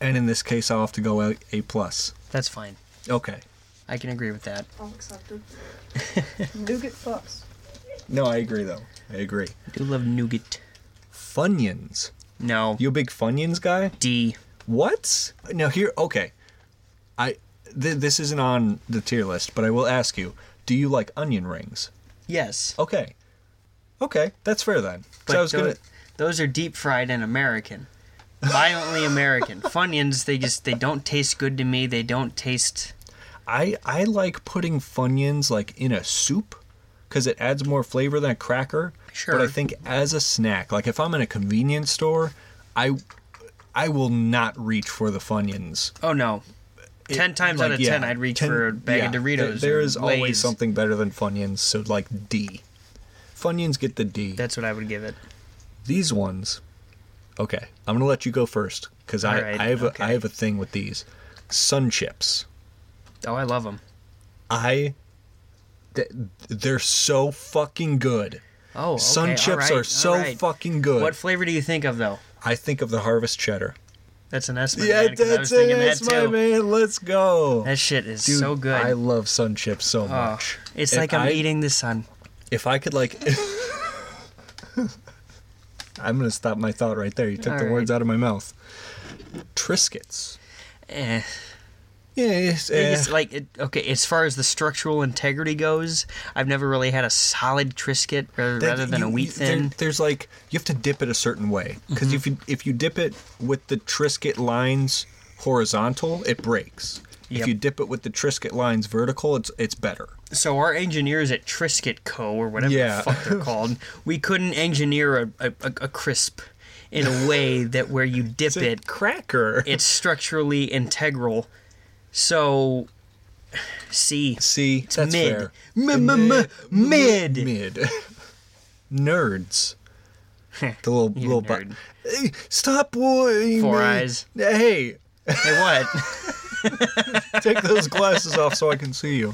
Speaker 1: and in this case, I'll have to go a, a plus.
Speaker 2: that's fine.
Speaker 1: Okay.
Speaker 2: I can agree with that.
Speaker 3: All accepted. Nougat fucks.
Speaker 1: No, I agree though. I agree.
Speaker 2: I do love nougat.
Speaker 1: Funyuns.
Speaker 2: No
Speaker 1: You a big Funyuns guy?
Speaker 2: D.
Speaker 1: What? Now here, okay. I th- this isn't on the tier list, but I will ask you: Do you like onion rings?
Speaker 2: Yes.
Speaker 1: Okay. Okay, that's fair then. 'Cause I was
Speaker 2: tho-
Speaker 1: gonna.
Speaker 2: those are deep fried and American, violently American. Funyuns, they just they don't taste good to me. They don't taste.
Speaker 1: I I like putting Funyuns like in a soup because it adds more flavor than a cracker.
Speaker 2: Sure.
Speaker 1: But I think as a snack, like if I'm in a convenience store, I I will not reach for the Funyuns.
Speaker 2: Oh no, ten times out
Speaker 1: Like,
Speaker 2: of
Speaker 1: yeah,
Speaker 2: ten, I'd reach for a bag of
Speaker 1: yeah,
Speaker 2: Doritos.
Speaker 1: there- there
Speaker 2: or
Speaker 1: is always
Speaker 2: Lay's.
Speaker 1: something better than Funyuns, so like D. Funyuns get the D.
Speaker 2: That's what I would give it.
Speaker 1: these ones. Okay, I'm gonna let you go first because I,
Speaker 2: All right,
Speaker 1: I have
Speaker 2: okay.
Speaker 1: a, I have a thing with these sun chips.
Speaker 2: Oh, I love them.
Speaker 1: I th- they're so fucking good.
Speaker 2: Oh, okay,
Speaker 1: Sun
Speaker 2: all
Speaker 1: chips
Speaker 2: right, all
Speaker 1: are so
Speaker 2: right.
Speaker 1: fucking good.
Speaker 2: What flavor do you think of though?
Speaker 1: I think of the harvest cheddar.
Speaker 2: That's an estimate. man, 'cause I was thinking that too.
Speaker 1: man. Let's go.
Speaker 2: That shit is
Speaker 1: Dude,
Speaker 2: so good.
Speaker 1: I love sun chips so
Speaker 2: Oh,
Speaker 1: much.
Speaker 2: it's
Speaker 1: If
Speaker 2: like I'm
Speaker 1: I-
Speaker 2: eating the sun.
Speaker 1: If I could like I'm going to stop my thought right there. You took
Speaker 2: All
Speaker 1: the
Speaker 2: right.
Speaker 1: words out of my mouth. Triscuits.
Speaker 2: Eh.
Speaker 1: Yeah, it's,
Speaker 2: thing
Speaker 1: eh.
Speaker 2: is, like it, okay as far as the structural integrity goes i've never really had a solid trisket rather,
Speaker 1: That-
Speaker 2: rather than a
Speaker 1: you-
Speaker 2: wheat
Speaker 1: you- there-
Speaker 2: thin Mm-hmm.
Speaker 1: there's like you have to dip it a certain way because if you if you dip it with the Triscuit lines horizontal, it breaks. If
Speaker 2: Yep.
Speaker 1: you dip it with the Triscuit lines vertical, it's it's better.
Speaker 2: so our engineers at trisket co or whatever
Speaker 1: Yeah.
Speaker 2: the fuck they're called we couldn't engineer a, a, a, a crisp in a way that where you dip
Speaker 1: It's a
Speaker 2: it
Speaker 1: cracker.
Speaker 2: it's structurally integral so see
Speaker 1: See,
Speaker 2: it's
Speaker 1: that's
Speaker 2: mid.
Speaker 1: fair.
Speaker 2: M- m- m- mid.
Speaker 1: Mid. Nerds. The little
Speaker 2: You
Speaker 1: little bu-
Speaker 2: nerd.
Speaker 1: Hey, stop warning
Speaker 2: Four
Speaker 1: me.
Speaker 2: eyes.
Speaker 1: Hey,
Speaker 2: hey what
Speaker 1: take those glasses off so I can see you.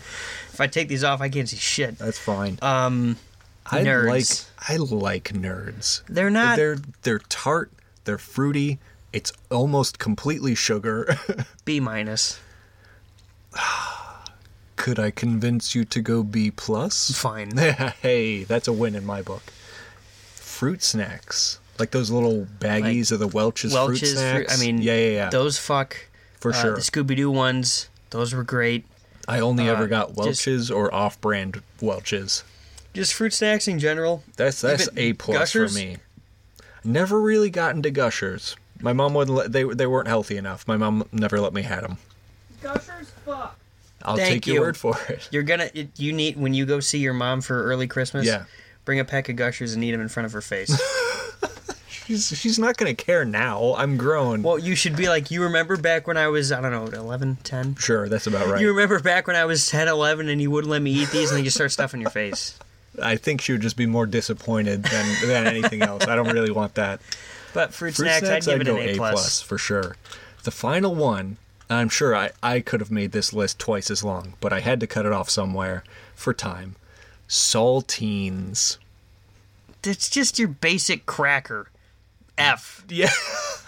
Speaker 2: if i take these off i can't see shit
Speaker 1: That's fine.
Speaker 2: um
Speaker 1: I
Speaker 2: nerds.
Speaker 1: like I like nerds.
Speaker 2: They're not-
Speaker 1: They're they're tart. They're fruity. It's almost completely sugar.
Speaker 2: b minus
Speaker 1: Could I convince you to go B plus?
Speaker 2: fine
Speaker 1: hey, that's a win in my book. Fruit snacks, like those little baggies of the Welch's, fruit
Speaker 2: Welch's. fruit-
Speaker 1: snacks.
Speaker 2: I mean,
Speaker 1: yeah, yeah, yeah.
Speaker 2: Those fuck
Speaker 1: For
Speaker 2: uh,
Speaker 1: sure.
Speaker 2: The Scooby Doo ones, those were great.
Speaker 1: I only ever got
Speaker 2: just-
Speaker 1: Welch's or off-brand Welch's.
Speaker 2: Just fruit snacks in general.
Speaker 1: That's that's
Speaker 2: Even
Speaker 1: a plus
Speaker 2: Gushers?
Speaker 1: for me. Never really got into Gushers. My mom wouldn't let they they weren't healthy enough. My mom never let me had them.
Speaker 3: Gushers, fuck.
Speaker 1: I'll
Speaker 2: Thank
Speaker 1: take your
Speaker 2: you.
Speaker 1: word for it.
Speaker 2: You're gonna it- you need when you go see your mom for early Christmas.
Speaker 1: Yeah.
Speaker 2: Bring a pack of gushers and eat them in front of her face.
Speaker 1: She's she's not gonna care now. I'm grown.
Speaker 2: well, you should be like, you remember back when I was, I don't know, 11, 10?
Speaker 1: sure, that's about right.
Speaker 2: You remember back when I was 10, 11 and you wouldn't let me eat these and then you start stuffing your face.
Speaker 1: I think she would just be more disappointed than than anything else. I don't really want that.
Speaker 2: But fruit,
Speaker 1: Fruit
Speaker 2: snacks, I'd give it an A.
Speaker 1: plus
Speaker 2: plus.
Speaker 1: for sure. The final one, and I'm sure I I could have made this list twice as long, but I had to cut it off somewhere for time. Saltines.
Speaker 2: It's just your basic cracker. F.
Speaker 1: Yeah.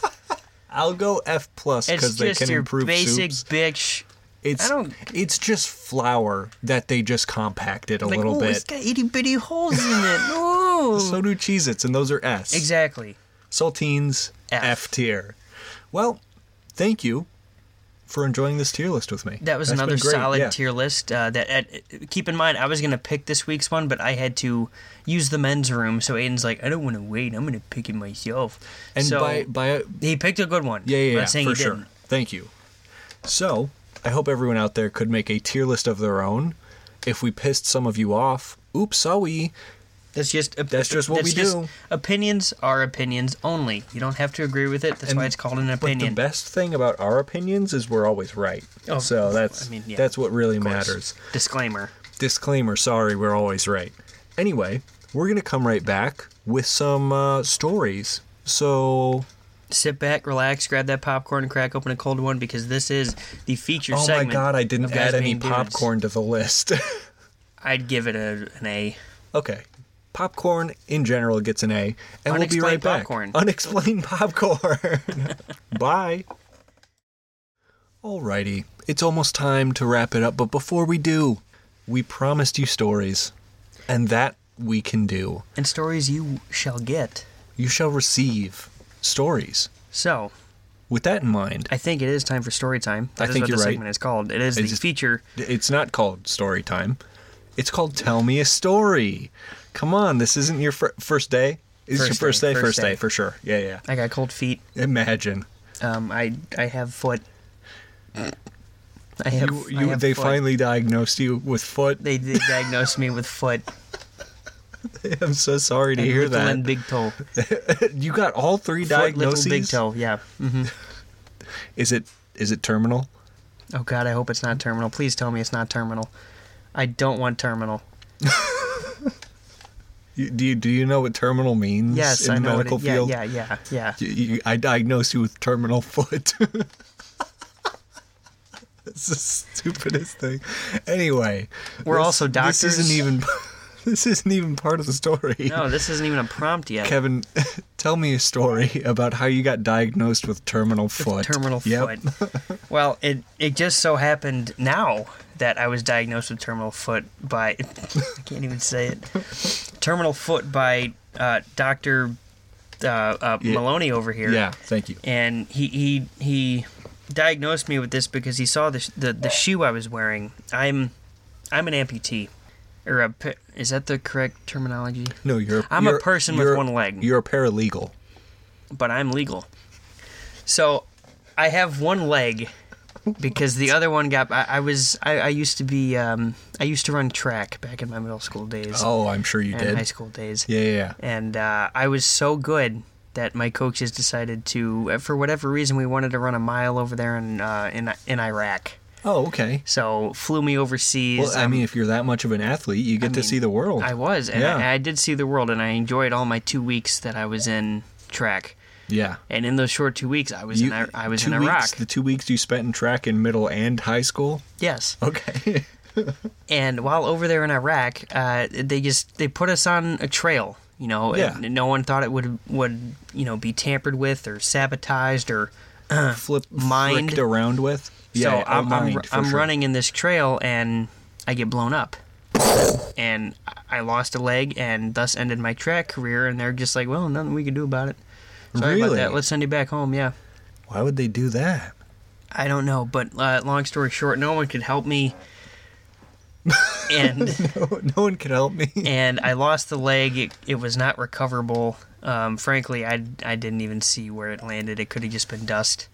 Speaker 1: I'll go F plus
Speaker 2: It's
Speaker 1: because they
Speaker 2: just
Speaker 1: can
Speaker 2: your
Speaker 1: improve
Speaker 2: basic
Speaker 1: soups.
Speaker 2: bitch
Speaker 1: It's
Speaker 2: I don't-
Speaker 1: it's just flour that they just compacted a
Speaker 2: Like,
Speaker 1: little
Speaker 2: "Ooh,
Speaker 1: bit.
Speaker 2: It's got itty bitty holes in it. Ooh.
Speaker 1: So do Cheez Its, and those are S.
Speaker 2: exactly.
Speaker 1: Saltines,
Speaker 2: F.
Speaker 1: F. tier. Well, thank you for enjoying this tier list with me.
Speaker 2: That was
Speaker 1: That's
Speaker 2: another
Speaker 1: been great,
Speaker 2: solid
Speaker 1: yeah.
Speaker 2: tier list. Uh, that at, keep in mind, I was gonna pick this week's one, but I had to use the men's room. So Aiden's like, I don't want to wait. I'm gonna pick it myself.
Speaker 1: And
Speaker 2: so
Speaker 1: by by yeah,
Speaker 2: he picked a good one.
Speaker 1: yeah,
Speaker 2: I'm
Speaker 1: yeah
Speaker 2: not saying
Speaker 1: for
Speaker 2: he
Speaker 1: sure.
Speaker 2: didn't.
Speaker 1: Thank you. So I hope everyone out there could make a tier list of their own. If we pissed some of you off, oops, sorry.
Speaker 2: That's just op-
Speaker 1: That's just what we do.
Speaker 2: Opinions are opinions only. You don't have to agree with it. That's why
Speaker 1: And-
Speaker 2: it's called an
Speaker 1: But the
Speaker 2: opinion.
Speaker 1: best thing about our opinions is we're always right.
Speaker 2: Oh,
Speaker 1: so that's
Speaker 2: I mean, yeah,
Speaker 1: that's what really
Speaker 2: of course.
Speaker 1: matters.
Speaker 2: Disclaimer.
Speaker 1: Disclaimer, sorry, we're always right. Anyway, we're going to come right back with some uh, stories. So,
Speaker 2: Sit back, relax, grab that popcorn, and crack open a cold one because this is the feature
Speaker 1: oh my
Speaker 2: segment.
Speaker 1: god, I
Speaker 2: of
Speaker 1: didn't
Speaker 2: Guys
Speaker 1: add any
Speaker 2: Being Dudes.
Speaker 1: popcorn to the list.
Speaker 2: I'd give it a, an A.
Speaker 1: okay. Popcorn in general gets an A, and we'll be
Speaker 2: Unexplained
Speaker 1: right back.
Speaker 2: popcorn.
Speaker 1: Unexplained popcorn. Bye. Alrighty, it's almost time to wrap it up, but before we do, we promised you stories, and that we can do.
Speaker 2: and stories you shall get.
Speaker 1: You shall receive stories.
Speaker 2: So,
Speaker 1: With that in mind,
Speaker 2: I think it is time for story time. That
Speaker 1: I
Speaker 2: is
Speaker 1: think
Speaker 2: what
Speaker 1: you're
Speaker 2: the
Speaker 1: right.
Speaker 2: segment is called. It is
Speaker 1: It
Speaker 2: the
Speaker 1: just-
Speaker 2: feature.
Speaker 1: it's not called story time. It's called Tell Me a Story. Come on, this isn't your fir- first day. Is this your
Speaker 2: First
Speaker 1: first
Speaker 2: day,
Speaker 1: day?
Speaker 2: first
Speaker 1: First day.
Speaker 2: day.
Speaker 1: for sure. Yeah, yeah.
Speaker 2: I got cold feet.
Speaker 1: Imagine
Speaker 2: Um, I I have foot. I have.
Speaker 1: you,
Speaker 2: I
Speaker 1: you
Speaker 2: have
Speaker 1: they
Speaker 2: foot.
Speaker 1: finally diagnosed you with foot.
Speaker 2: they, they diagnosed me with foot.
Speaker 1: I'm so sorry to
Speaker 2: and
Speaker 1: hear
Speaker 2: little
Speaker 1: that.
Speaker 2: and big toe.
Speaker 1: you got all three
Speaker 2: Foot, little,
Speaker 1: diagnoses.
Speaker 2: big toe. Yeah. hmm
Speaker 1: Is it is it terminal?
Speaker 2: Oh God, I hope it's not terminal. Please tell me it's not terminal. I don't want terminal.
Speaker 1: You, do you do you know what terminal means
Speaker 2: Yes,
Speaker 1: in
Speaker 2: I
Speaker 1: the
Speaker 2: know
Speaker 1: medical
Speaker 2: what it,
Speaker 1: field?
Speaker 2: Yeah, yeah, yeah, yeah.
Speaker 1: You- you- I diagnosed you with terminal foot. It's the stupidest thing. Anyway,
Speaker 2: We're also
Speaker 1: This
Speaker 2: doctors.
Speaker 1: isn't even this isn't even part of the story.
Speaker 2: No, this isn't even a prompt yet.
Speaker 1: Kevin, tell me a story about how you got diagnosed with terminal foot.
Speaker 2: Terminal
Speaker 1: Yep.
Speaker 2: foot. well, it it just so happened now that I was diagnosed with terminal foot by I can't even say it. Terminal foot by uh, Doctor uh, uh,
Speaker 1: Yeah.
Speaker 2: Maloney over here.
Speaker 1: Yeah, thank you.
Speaker 2: and he he he diagnosed me with this because he saw the sh- the, the shoe I was wearing. I'm I'm an amputee, or a pa- is that the correct terminology?
Speaker 1: No, you're.
Speaker 2: I'm a
Speaker 1: you're-
Speaker 2: person with
Speaker 1: you're-
Speaker 2: one leg.
Speaker 1: You're a paralegal.
Speaker 2: But I'm legal, so I have one leg because the other one got. I, I was I, I used to be um, I used to run track back in my middle school days
Speaker 1: Oh, I'm sure you
Speaker 2: and
Speaker 1: did.
Speaker 2: high school days.
Speaker 1: Yeah, yeah, yeah.
Speaker 2: and uh, I was so good that my coaches decided to, uh, for whatever reason, we wanted to run a mile over there in uh, in in Iraq.
Speaker 1: Oh, okay.
Speaker 2: So flew me overseas.
Speaker 1: Well, I
Speaker 2: Um,
Speaker 1: mean, if you're that much of an athlete, you get to
Speaker 2: mean,
Speaker 1: see the world.
Speaker 2: I was, and
Speaker 1: Yeah.
Speaker 2: I, I did see the world, and I enjoyed all my two weeks that I was in track.
Speaker 1: yeah.
Speaker 2: And in those short two weeks, I was in I, I was
Speaker 1: two
Speaker 2: in
Speaker 1: weeks,
Speaker 2: Iraq.
Speaker 1: The two weeks you spent in track in middle and high school.
Speaker 2: yes,
Speaker 1: Okay.
Speaker 2: and while over there in Iraq, uh, they just they put us on a trail. You know,
Speaker 1: Yeah.
Speaker 2: and no one thought it would would you know be tampered with or sabotaged or
Speaker 1: Flip
Speaker 2: Mind.
Speaker 1: fricked around with.
Speaker 2: so
Speaker 1: Yeah, oh,
Speaker 2: I'm, I'm,
Speaker 1: mind, for
Speaker 2: I'm
Speaker 1: sure.
Speaker 2: running in this trail and I get blown up. and I lost a leg and thus ended my track career. And they're just like, well, nothing we can do about it. Sorry about
Speaker 1: Really?
Speaker 2: that. Let's send you back home. Yeah.
Speaker 1: Why would they do that?
Speaker 2: I don't know. But uh, long story short, no one could help me. and
Speaker 1: No, no one can help me.
Speaker 2: and I lost the leg. It, it was not recoverable. Um, frankly, I, I didn't even see where it landed. It could have just been dust.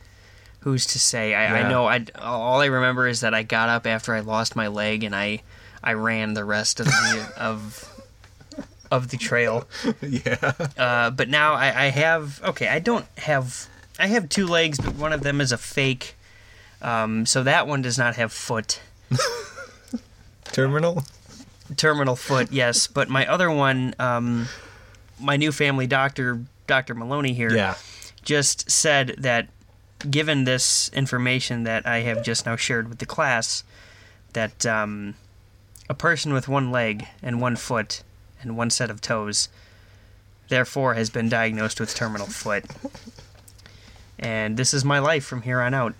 Speaker 2: Who's to say? I,
Speaker 1: Yeah.
Speaker 2: I know. I all I remember is that I got up after I lost my leg and I I ran the rest of the of of the trail.
Speaker 1: yeah.
Speaker 2: Uh, but now I, I have okay. I don't have I have two legs, but one of them is a fake. Um, so that one does not have foot.
Speaker 1: Terminal.
Speaker 2: terminal foot, yes. But my other one, um, my new family doctor, Dr. Maloney here,
Speaker 1: Yeah.
Speaker 2: just said that given this information that I have just now shared with the class, that um, a person with one leg and one foot and one set of toes, therefore, has been diagnosed with terminal foot. And this is my life from here on out.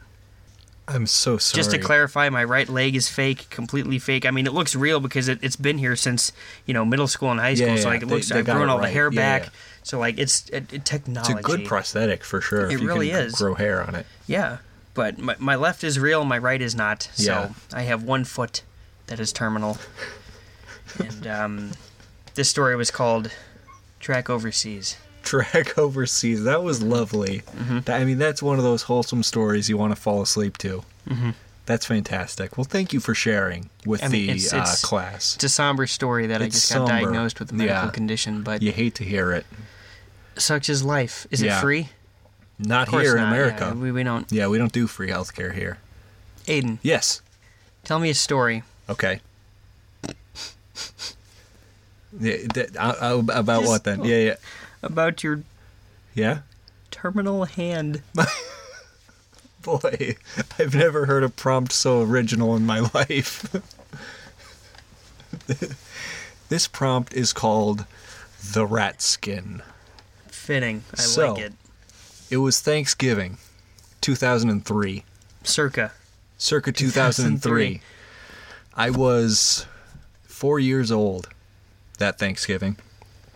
Speaker 1: I'm so sorry.
Speaker 2: Just to clarify, my right leg is fake, completely fake. I mean, it looks real because it, it's been here since you know middle school and high school.
Speaker 1: Yeah,
Speaker 2: so
Speaker 1: yeah,
Speaker 2: like it
Speaker 1: they-
Speaker 2: looks,
Speaker 1: they
Speaker 2: I've
Speaker 1: got
Speaker 2: grown
Speaker 1: it
Speaker 2: all the
Speaker 1: right.
Speaker 2: hair
Speaker 1: Yeah,
Speaker 2: back.
Speaker 1: yeah.
Speaker 2: So like it's it, it
Speaker 1: It's
Speaker 2: technology.
Speaker 1: a good prosthetic for sure.
Speaker 2: It
Speaker 1: if you
Speaker 2: really
Speaker 1: can
Speaker 2: is.
Speaker 1: Grow hair on it.
Speaker 2: Yeah, but my, my left is real, my right is not. So
Speaker 1: Yeah.
Speaker 2: I have one foot that is terminal. and um, this story was called "Track Overseas."
Speaker 1: Track overseas. That was lovely.
Speaker 2: Mm-hmm.
Speaker 1: Th- I mean, that's one of those wholesome stories you want to fall asleep to. Mm-hmm. That's fantastic. Well, thank you for sharing with
Speaker 2: I mean,
Speaker 1: the
Speaker 2: it's-
Speaker 1: uh,
Speaker 2: it's-
Speaker 1: class.
Speaker 2: It's a somber story that I
Speaker 1: It's
Speaker 2: just got
Speaker 1: somber.
Speaker 2: diagnosed with a medical
Speaker 1: Yeah.
Speaker 2: condition, but
Speaker 1: You hate to hear it.
Speaker 2: such is life. Is
Speaker 1: Yeah.
Speaker 2: it free?
Speaker 1: Not
Speaker 2: Of course
Speaker 1: here in
Speaker 2: not. Yeah,
Speaker 1: America. Yeah we...
Speaker 2: we, we don't.
Speaker 1: don't do free healthcare here.
Speaker 2: Aiden,
Speaker 1: Yes.
Speaker 2: tell me a story.
Speaker 1: Okay. Yeah, that- uh, uh, about
Speaker 2: Just-
Speaker 1: what then? Yeah, yeah,
Speaker 2: about your
Speaker 1: yeah.
Speaker 2: terminal hand.
Speaker 1: Boy, I've never heard a prompt so original in my life. this prompt is called the rat skin.
Speaker 2: Fitting. I
Speaker 1: So-
Speaker 2: like it.
Speaker 1: It was Thanksgiving, 2003.
Speaker 2: Circa.
Speaker 1: circa 2003. I was four years old that Thanksgiving,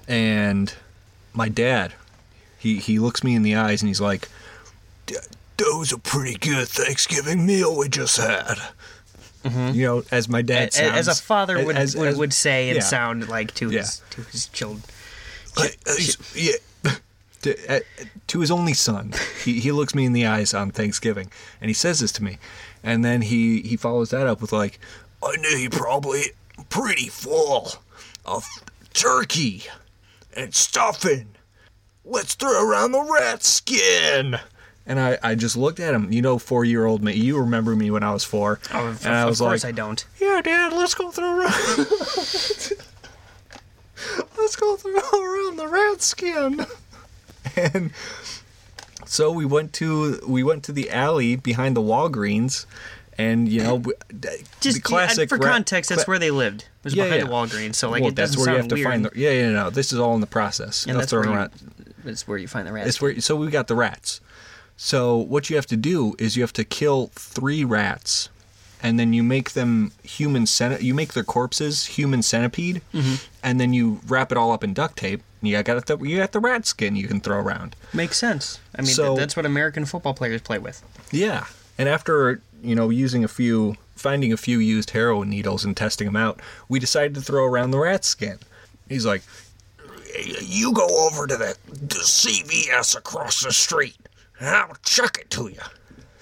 Speaker 1: and my dad, he he looks me in the eyes and he's like, "Th- "That was a pretty good Thanksgiving meal we just had." You know, as my dad
Speaker 2: Mm-hmm. A- a-
Speaker 1: sounds,
Speaker 2: as a father would
Speaker 1: as-
Speaker 2: would,
Speaker 1: as-
Speaker 2: would say and
Speaker 1: yeah.
Speaker 2: sound like to
Speaker 1: Yeah.
Speaker 2: his to his children.
Speaker 1: Uh, he's- yeah. to, uh, to his only son, he, he looks me in the eyes on Thanksgiving, and he says this to me, and then he he follows that up with like, "I knew he probably pretty full of turkey and stuffing. Let's throw around the rat skin." And I, I just looked at him, you know, four year old me. You remember me when I was four,
Speaker 2: Oh, of,
Speaker 1: and I
Speaker 2: of
Speaker 1: was
Speaker 2: course
Speaker 1: like,
Speaker 2: I don't.
Speaker 1: yeah, Dad, let's go through. around- let's go through around the rat skin. And so we went to we went to the alley behind the Walgreens, and you know, we- the
Speaker 2: Just classic for
Speaker 1: rat-
Speaker 2: context, that's
Speaker 1: cla-
Speaker 2: where they lived. It was
Speaker 1: Yeah,
Speaker 2: behind
Speaker 1: yeah.
Speaker 2: the Walgreens, so like
Speaker 1: well,
Speaker 2: it
Speaker 1: that's
Speaker 2: doesn't
Speaker 1: where you
Speaker 2: sound
Speaker 1: have to
Speaker 2: weird.
Speaker 1: find the. Yeah, yeah, no. This is all in the process.
Speaker 2: and
Speaker 1: of
Speaker 2: that's where,
Speaker 1: throwing
Speaker 2: you,
Speaker 1: around-
Speaker 2: that's where you find the rats.
Speaker 1: it's where. So we got the rats. So what you have to do is you have to kill three rats, and then you make them human centi- You make their corpses human centipede, and then you wrap it all up in duct tape. And you got the you got the rat skin you can throw around.
Speaker 2: Makes sense. I mean,
Speaker 1: So-
Speaker 2: th- that's what American football players play with.
Speaker 1: Yeah, and after you know using a few, finding a few used heroin needles and testing them out, we decided to throw around the rat skin. He's like, "You go over to the, the CVS across the street, and I'll chuck it to you."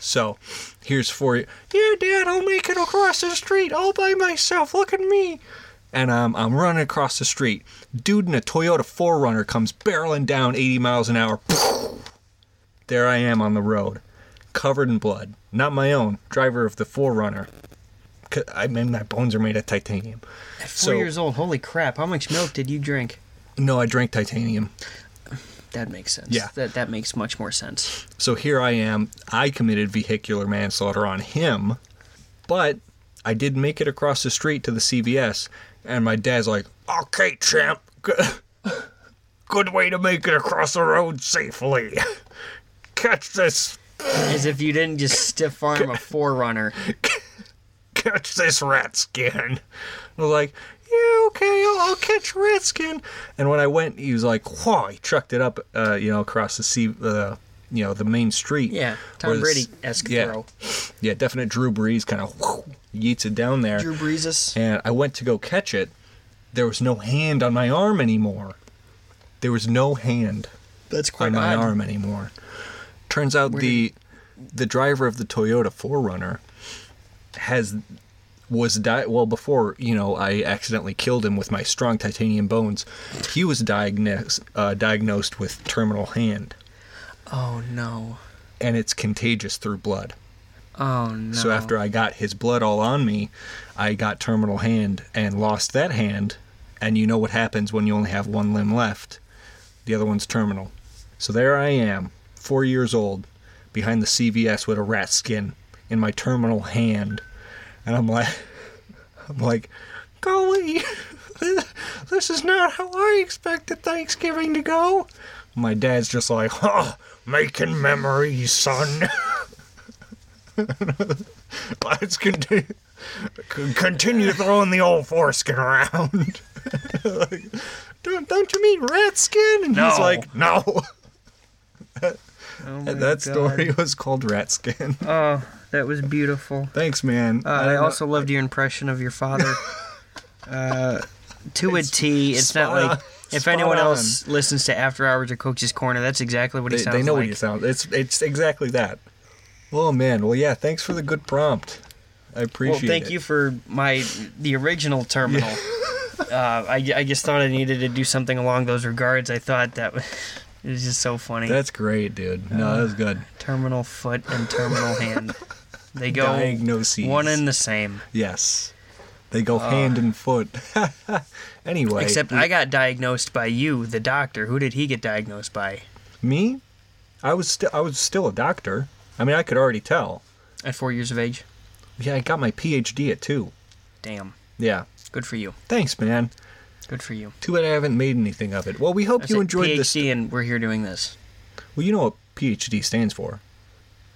Speaker 1: So, here's for you. Yeah, Dad, I'll make it across the street all by myself. Look at me. And um, I'm running across the street. Dude in a Toyota 4Runner comes barreling down 80 miles an hour. There I am on the road, covered in blood. Not my own, driver of the Forerunner. 'Cause- I mean, my bones are made of titanium.
Speaker 2: At four
Speaker 1: So-
Speaker 2: years old, holy crap! How much milk did you drink?
Speaker 1: No, I drank titanium.
Speaker 2: That makes sense.
Speaker 1: Yeah.
Speaker 2: That that makes much more sense.
Speaker 1: So here I am. I committed vehicular manslaughter on him, but I did make it across the street to the CVS, and my dad's like, "Okay, champ, good, good way to make it across the road safely. Catch this,
Speaker 2: As if you didn't just stiff arm a forerunner.
Speaker 1: catch this rat skin." I was like, "Yeah, okay, I'll, I'll catch rat skin." And when I went, he was like, "Whoa!" He trucked it up, uh, you know, across the C, uh, you know, the main street.
Speaker 2: Yeah,
Speaker 1: Where
Speaker 2: Tom
Speaker 1: the-
Speaker 2: Brady esque
Speaker 1: yeah.
Speaker 2: throw.
Speaker 1: Yeah, definite Drew Brees kind of yeets it down there.
Speaker 2: Drew Breeses.
Speaker 1: And I went to go catch it. There was no hand on my arm anymore. There was no hand
Speaker 2: That's
Speaker 1: on
Speaker 2: quite
Speaker 1: my
Speaker 2: odd.
Speaker 1: arm anymore. Turns out the the driver of the Toyota 4Runner has was di- well before you know I accidentally killed him with my strong titanium bones. He was diagnosed uh, diagnosed with terminal hand,
Speaker 2: Oh no.
Speaker 1: and it's contagious through blood.
Speaker 2: Oh no.
Speaker 1: So after I got his blood all on me, I got terminal hand and lost that hand. And you know what happens when you only have one limb left? The other one's terminal. So there I am, four years old, behind the CVS with a rat skin in my terminal hand, and I'm like, I'm like, golly, this is not how I expected Thanksgiving to go. My dad's just like, oh, making memories, son. Let's continue, continue throwing the old foreskin around. Like, don't, don't you mean rat skin? And he's
Speaker 2: No.
Speaker 1: like, no.
Speaker 2: Oh, my
Speaker 1: And that
Speaker 2: God.
Speaker 1: story was called rat skin.
Speaker 2: Oh, that was beautiful.
Speaker 1: Thanks, man.
Speaker 2: Uh, I also loved your impression of your father. uh, to a T. It's
Speaker 1: spot
Speaker 2: not like
Speaker 1: on.
Speaker 2: if
Speaker 1: Spot
Speaker 2: anyone
Speaker 1: on.
Speaker 2: else listens to After Hours or Coach's Corner, that's exactly what he
Speaker 1: they,
Speaker 2: sounds
Speaker 1: they know what
Speaker 2: like.
Speaker 1: you sound. It's it's exactly that. Oh man. Well, yeah. Thanks for the good prompt. I
Speaker 2: well,
Speaker 1: appreciate it.
Speaker 2: thank you for my the original terminal. uh, I, I just thought I needed to do something along those regards. I thought that was, it was just so funny.
Speaker 1: That's great, dude. No, that was good.
Speaker 2: terminal foot and terminal hand. They go
Speaker 1: Diagnoses.
Speaker 2: one and the same.
Speaker 1: Yes. They go hand and foot. anyway,
Speaker 2: Except I got diagnosed by you, the doctor. Who did he get diagnosed by?
Speaker 1: me, I was still I was still a doctor. I mean, I could already tell.
Speaker 2: At four years of age.
Speaker 1: Yeah, I got my PhD at two.
Speaker 2: Damn.
Speaker 1: Yeah.
Speaker 2: Good for you.
Speaker 1: Thanks, man.
Speaker 2: Good for you.
Speaker 1: Too bad I haven't made anything of it. Well, we hope
Speaker 2: I
Speaker 1: you
Speaker 2: said
Speaker 1: enjoyed
Speaker 2: PhD
Speaker 1: this.
Speaker 2: and we're here doing this.
Speaker 1: Well, you know what PhD stands for.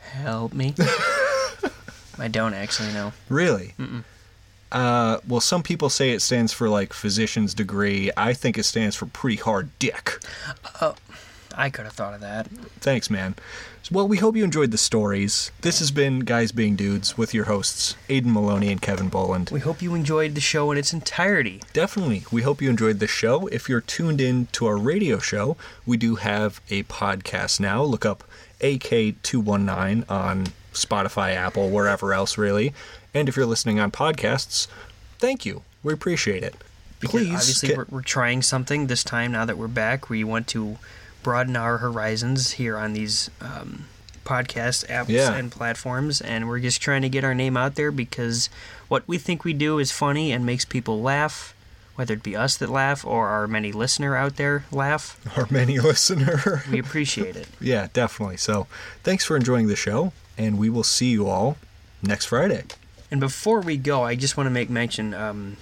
Speaker 2: Help me. I don't actually know.
Speaker 1: Really? Uh, well, some people say it stands for like physician's degree. I think it stands for pretty hard dick.
Speaker 2: I could have thought of that.
Speaker 1: Thanks, man. Well, we hope you enjoyed the stories. This has been Guys Being Dudes with your hosts, Aiden Maloney and Kevin Boland.
Speaker 2: We hope you enjoyed the show in its entirety.
Speaker 1: Definitely, we hope you enjoyed this show. If you're tuned in to our radio show, we do have a podcast now. Look up AK219 on Spotify, Apple, wherever else, really. And if you're listening on podcasts, thank you. We appreciate it.
Speaker 2: Because
Speaker 1: Please.
Speaker 2: obviously,
Speaker 1: ca-
Speaker 2: we're, we're trying something this time now that we're back. We want to broaden our horizons here on these um, podcast apps
Speaker 1: Yeah.
Speaker 2: and platforms, and we're just trying to get our name out there because what we think we do is funny and makes people laugh, whether it be us that laugh or our many listener out there laugh.
Speaker 1: our many listener.
Speaker 2: We appreciate it.
Speaker 1: yeah, definitely. So, thanks for enjoying the show, and we will see you all next Friday.
Speaker 2: And before we go, I just want to make mention. Um,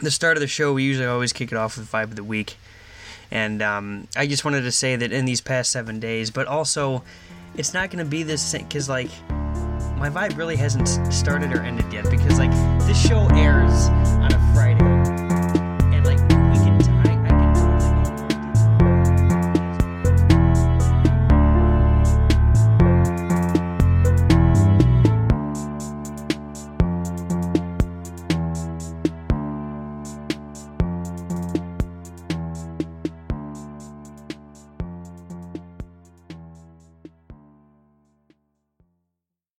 Speaker 2: the start of the show, we usually always kick it off with vibe of the week, and um, I just wanted to say that in these past seven days, but also, it's not going to be this because like my vibe really hasn't s- started or ended yet because like this show airs on a